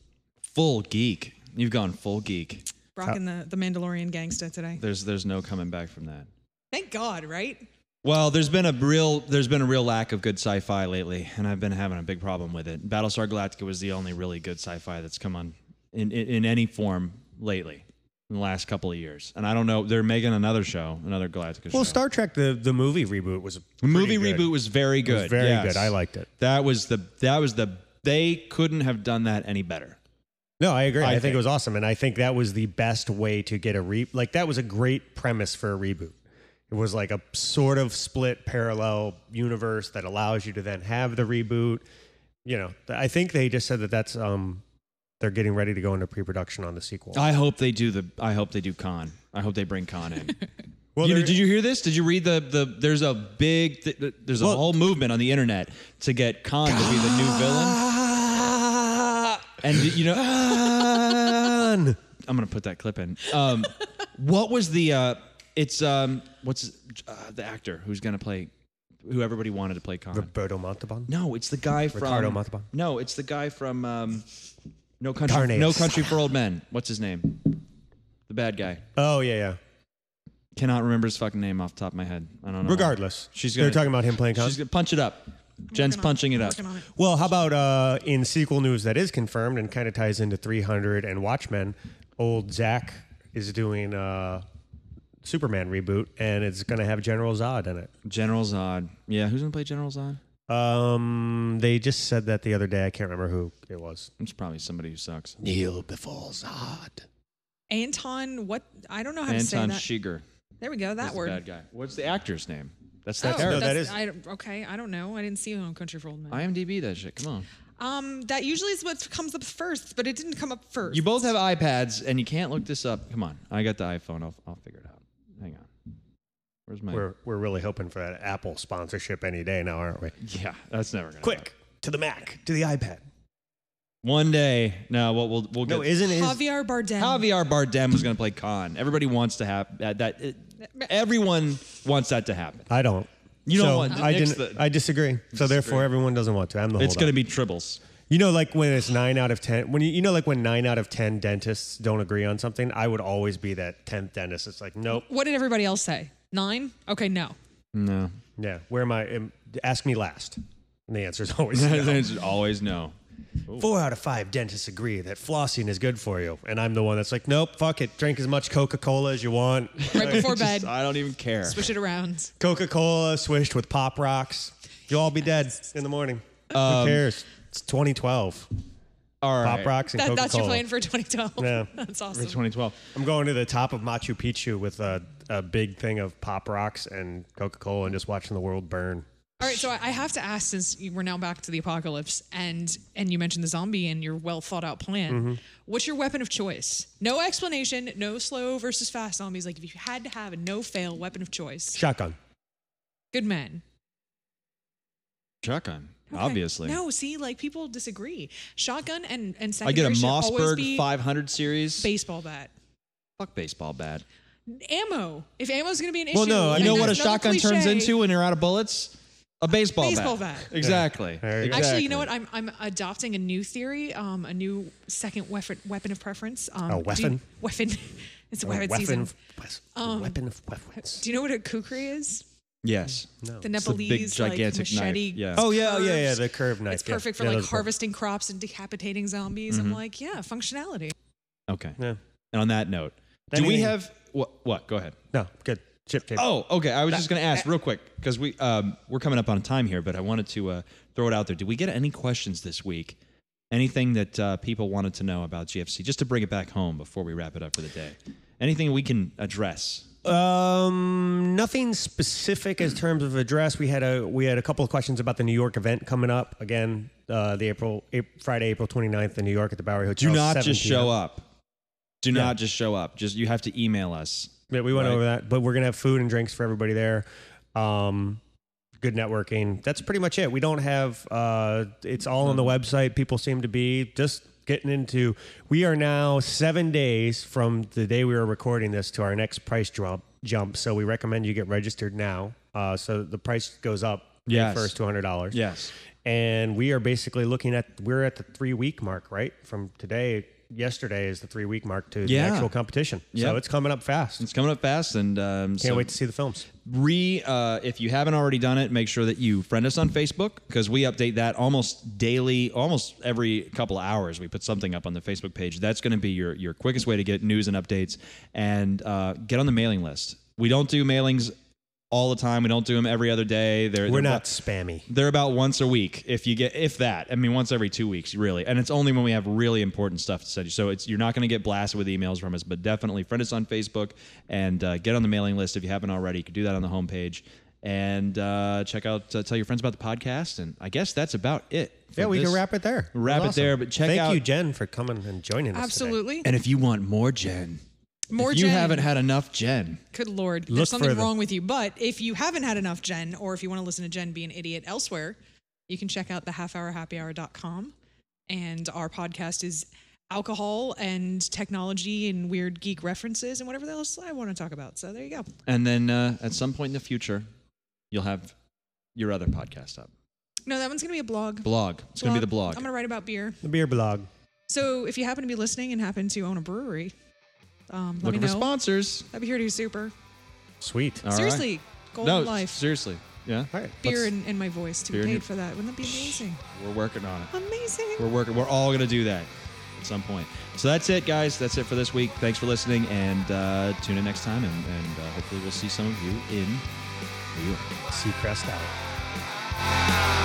Speaker 2: Full geek. You've gone full geek.
Speaker 4: rocking the, the Mandalorian gangsta today.
Speaker 2: There's there's no coming back from that.
Speaker 4: Thank God, right?
Speaker 2: Well, there's been a real there's been a real lack of good sci-fi lately, and I've been having a big problem with it. Battlestar Galactica was the only really good sci-fi that's come on in, in, in any form lately in the last couple of years. And I don't know, they're making another show, another Galactica show.
Speaker 3: Well, Star Trek the the movie reboot was
Speaker 2: The movie
Speaker 3: pretty good.
Speaker 2: reboot was very
Speaker 3: It
Speaker 2: good.
Speaker 3: was very
Speaker 2: yes.
Speaker 3: good. I liked it.
Speaker 2: That was the that was the they couldn't have done that any better.
Speaker 3: No, I agree. I,
Speaker 2: I
Speaker 3: think,
Speaker 2: think.
Speaker 3: it was awesome, and I think that was the best way to get a re. Like that was a great premise for a reboot. It was like a sort of split parallel universe that allows you to then have the reboot. You know, th- I think they just said that that's um they're getting ready to go into pre-production on the sequel.
Speaker 2: I hope they do the I hope they do Khan. I hope they bring Khan in.
Speaker 3: well,
Speaker 2: You-
Speaker 3: there-
Speaker 2: did you hear this? Did you read the the? There's a big th- th- there's a whole movement on the internet to get Khan to be the new villain. And you know, I'm gonna put that clip in. Um, what was the? Uh, it's um, what's uh, the actor who's gonna play? Who everybody wanted to play Khan?
Speaker 3: Roberto Montalban?
Speaker 2: no, it's the guy from
Speaker 3: Ricardo Montalban?
Speaker 2: No, it's the guy from um, No Country.
Speaker 3: Darn it.
Speaker 2: No Country for Old Men. What's his name? The bad guy.
Speaker 3: Oh yeah, yeah.
Speaker 2: Cannot remember his fucking name off the top of my head. I don't know.
Speaker 3: Regardless,
Speaker 2: She's
Speaker 3: they're
Speaker 2: gonna-
Speaker 3: talking about him playing. Khan.
Speaker 2: She's gonna punch it up. Jen's
Speaker 4: Working on
Speaker 2: punching
Speaker 3: Uh,
Speaker 2: it up.
Speaker 4: Working on it.
Speaker 3: Well, how about uh, in sequel news that is confirmed and kind of ties into 300 and Watchmen? Old Zach is doing a Superman reboot, and it's going to have General Zod in it.
Speaker 2: General Zod. Yeah, who's gonna play General Zod?
Speaker 3: Um, they just said that the other day. I can't remember who it was.
Speaker 2: It's probably somebody who sucks.
Speaker 3: Neil before Zod.
Speaker 4: Anton, what? I don't know how to say
Speaker 2: Anton
Speaker 4: that.
Speaker 2: Shiger.
Speaker 4: there we go. That
Speaker 2: That's the
Speaker 4: word.
Speaker 2: bad guy. What's the actor's name? That's
Speaker 4: Oh,
Speaker 2: that
Speaker 3: No,
Speaker 2: character.
Speaker 3: that
Speaker 4: that's-
Speaker 3: is-
Speaker 4: I don't- okay. I don't know. I didn't see Home Country for Old Men.
Speaker 2: IMDb that shit. Come on.
Speaker 4: um, that usually is what comes up first, but it didn't come up first.
Speaker 2: You both have iPads and you can't look this up. Come on. I got the iPhone. I'll, I'll figure it out. Hang on. Where's my?
Speaker 3: We're, we're really hoping for that Apple sponsorship any day now, aren't we?
Speaker 2: Yeah, that's never gonna. happen.
Speaker 3: Quick, to the Mac, to the iPad.
Speaker 2: One day. No, we'll we'll, we'll get.
Speaker 3: No, isn't it?
Speaker 4: Javier Bardem.
Speaker 2: Javier Bardem was gonna play Khan. Everybody wants to have that. that it, everyone wants that to happen.
Speaker 3: I don't.
Speaker 2: You don't
Speaker 3: So
Speaker 2: want-
Speaker 3: I
Speaker 2: Nick's
Speaker 3: didn't.
Speaker 2: the-
Speaker 3: I disagree. So therefore, everyone doesn't want to. I'm the.
Speaker 2: It's
Speaker 3: holdout.
Speaker 2: gonna be tribbles.
Speaker 3: You know, like when it's nine out of ten. When you, you know, like when nine out of ten dentists don't agree on something, I would always be that tenth dentist. It's like, nope,
Speaker 4: What did everybody else say? Nine? Okay, no.
Speaker 2: No.
Speaker 3: yeah. Where am I? am- ask me last, and the answer is always
Speaker 2: The
Speaker 3: no.
Speaker 2: answer is always no.
Speaker 3: four out of five dentists agree that flossing is good for you, and I'm the one that's like, nope, fuck it, drink as much Coca Cola as you want.
Speaker 4: Right before bed,
Speaker 2: Just- I don't even care.
Speaker 4: swish it around.
Speaker 3: Coca Cola swished with Pop Rocks. You'll all be dead in the morning. Who cares? It's 2012.
Speaker 2: All right.
Speaker 3: Pop Rocks and
Speaker 4: That,
Speaker 3: Coca
Speaker 4: that's your
Speaker 3: Cola.
Speaker 4: plan for 2012.
Speaker 3: Yeah.
Speaker 4: that's
Speaker 2: For
Speaker 4: awesome.
Speaker 2: 2012.
Speaker 3: I'm going to the top of Machu Picchu with a, a big thing of Pop Rocks and Coca Cola and just watching the world burn.
Speaker 4: All right, so I I have to ask since you- we're now back to the apocalypse, and and you mentioned the zombie and your well thought out plan.
Speaker 2: Mm-hmm.
Speaker 4: What's your weapon of choice? No explanation, no slow versus fast zombies. Like if you had to have a no fail weapon of choice,
Speaker 3: Shotgun.
Speaker 4: good man.
Speaker 2: Shotgun,
Speaker 4: Okay.
Speaker 2: obviously.
Speaker 4: No, see, like people disagree. Shotgun and and
Speaker 2: I get a
Speaker 4: secondary should always
Speaker 2: Mossberg
Speaker 4: be
Speaker 2: 500 series.
Speaker 4: baseball bat.
Speaker 2: Fuck baseball bat.
Speaker 4: Ammo. If ammo's gonna be an
Speaker 2: Well,
Speaker 4: issue,
Speaker 2: no, you
Speaker 4: and
Speaker 2: know what a
Speaker 4: that's another
Speaker 2: shotgun turns
Speaker 4: cliche-
Speaker 2: into when you're out of bullets? A baseball,
Speaker 4: Baseball bat.
Speaker 2: Exactly.
Speaker 3: There you go.
Speaker 4: Actually, you know what? I'm I'm adopting a new theory, um, a new second weapon weapon of preference. Um,
Speaker 3: A
Speaker 4: do
Speaker 3: weapon?
Speaker 4: you- weapon. it's a weapon,
Speaker 3: weapon
Speaker 4: season.
Speaker 3: Of, wes- weapon of weapons.
Speaker 4: do you know what a kukri is?
Speaker 2: Yes.
Speaker 4: The Nepalese like
Speaker 2: gigantic knife,
Speaker 4: machete.
Speaker 2: yeah.
Speaker 3: Oh, yeah, oh, yeah, yeah,
Speaker 4: curves.
Speaker 3: the curved knife,
Speaker 4: It's
Speaker 3: yeah. Yeah,
Speaker 4: perfect for like
Speaker 3: those are cool.
Speaker 4: harvesting crops and decapitating zombies. I'm like, yeah, functionality.
Speaker 2: Okay.
Speaker 3: Yeah.
Speaker 2: And on that note,
Speaker 3: Then
Speaker 2: do we
Speaker 3: we-
Speaker 2: have what? What? Go ahead.
Speaker 3: No, good. Chip tape.
Speaker 2: Oh, okay. I was just going to ask real quick because we um, we're coming up on time here, but I wanted to uh, throw it out there. Did we get any questions this week? Anything that uh, people wanted to know about GFC, just to bring it back home before we wrap it up for the day? Anything we can address?
Speaker 3: Um, nothing specific as terms of address. We had a we had a couple of questions about the New York event coming up again. Uh, the April, April Friday, April 29th in New York at the Bowery Hotel.
Speaker 2: Do not just
Speaker 3: 7 p.m.
Speaker 2: show up. Do not just show up. Just you have to email us.
Speaker 3: Yeah, we went
Speaker 2: Right.
Speaker 3: over that, but we're gonna have food and drinks for everybody there. Um, good networking. That's pretty much it. We don't have. Uh, it's all on the
Speaker 2: Mm-hmm.
Speaker 3: website. People seem to be just getting into. We are now seven days from the day we were recording this to our next price jump. Jump. So we recommend you get registered now. Uh, so the price goes up.
Speaker 2: Yes.
Speaker 3: The first two hundred dollars.
Speaker 2: Yes.
Speaker 3: And we are basically looking at we're at the three week mark, right? From today, yesterday is the three week mark to
Speaker 2: Yeah.
Speaker 3: the actual competition.
Speaker 2: Yep.
Speaker 3: So it's coming up fast.
Speaker 2: It's coming up fast, and um,
Speaker 3: Can't wait to see the films.
Speaker 2: re uh, if you haven't already done it make sure that you friend us on facebook because we update that almost daily almost every couple of hours we put something up on the facebook page that's going to be your, your quickest way to get news and updates and uh, get on the mailing list we don't do mailings all the time we don't do them every other day they're,
Speaker 3: We're
Speaker 2: they're
Speaker 3: not spammy.
Speaker 2: they're about once a week, if you get if that. I mean, once every two weeks, really. And it's only when we have really important stuff to send you. So it's you're not going to get blasted with emails from us, but definitely friend us on Facebook and uh, get on the mailing list if you haven't already. You can do that on the homepage and uh, check out uh, tell your friends about the podcast. And I guess that's about it. for
Speaker 3: Yeah, we
Speaker 2: this.
Speaker 3: can wrap it there.
Speaker 2: Wrap
Speaker 3: That's
Speaker 2: it there, but check
Speaker 3: Thank
Speaker 2: out-
Speaker 3: you, Jen, for coming and joining us. today.
Speaker 4: Absolutely.
Speaker 2: And if you want more Jen,
Speaker 4: More
Speaker 2: if you
Speaker 4: Jen.
Speaker 2: haven't had enough Jen.
Speaker 4: Good lord,
Speaker 3: Look
Speaker 4: there's something
Speaker 3: further.
Speaker 4: wrong with you. But if you haven't had enough Jen, or if you want to listen to Jen be an idiot elsewhere, you can check out the halfhourhappyhour.com. And our podcast is alcohol and technology and weird geek references and whatever else I want to talk about. So there you go.
Speaker 2: And then uh, at some point in the future, you'll have your other podcast up.
Speaker 4: No, that one's going to be a blog.
Speaker 2: Blog. It's going to be the blog.
Speaker 4: I'm going to write about beer.
Speaker 3: The beer blog.
Speaker 4: So if you happen to be listening and happen to own a brewery, um, let
Speaker 2: Looking
Speaker 4: me
Speaker 2: for
Speaker 4: know.
Speaker 2: sponsors.
Speaker 4: I'd be here to do super.
Speaker 3: Sweet.
Speaker 2: All right.
Speaker 4: Seriously,
Speaker 2: no,
Speaker 4: golden life.
Speaker 2: seriously. Yeah.
Speaker 3: All right.
Speaker 4: beer
Speaker 3: let's-
Speaker 4: in, in my voice to be
Speaker 2: Beer in
Speaker 4: paid
Speaker 2: your-
Speaker 4: for that. Wouldn't that be amazing?
Speaker 2: We're working on it.
Speaker 4: Amazing.
Speaker 2: We're working. We're all gonna do that at some point. So that's it, guys. That's it for this week. Thanks for listening, and uh, tune in next time, and, and uh, hopefully we'll see some of you in New York.
Speaker 3: Seacrest out.
Speaker 6: Thank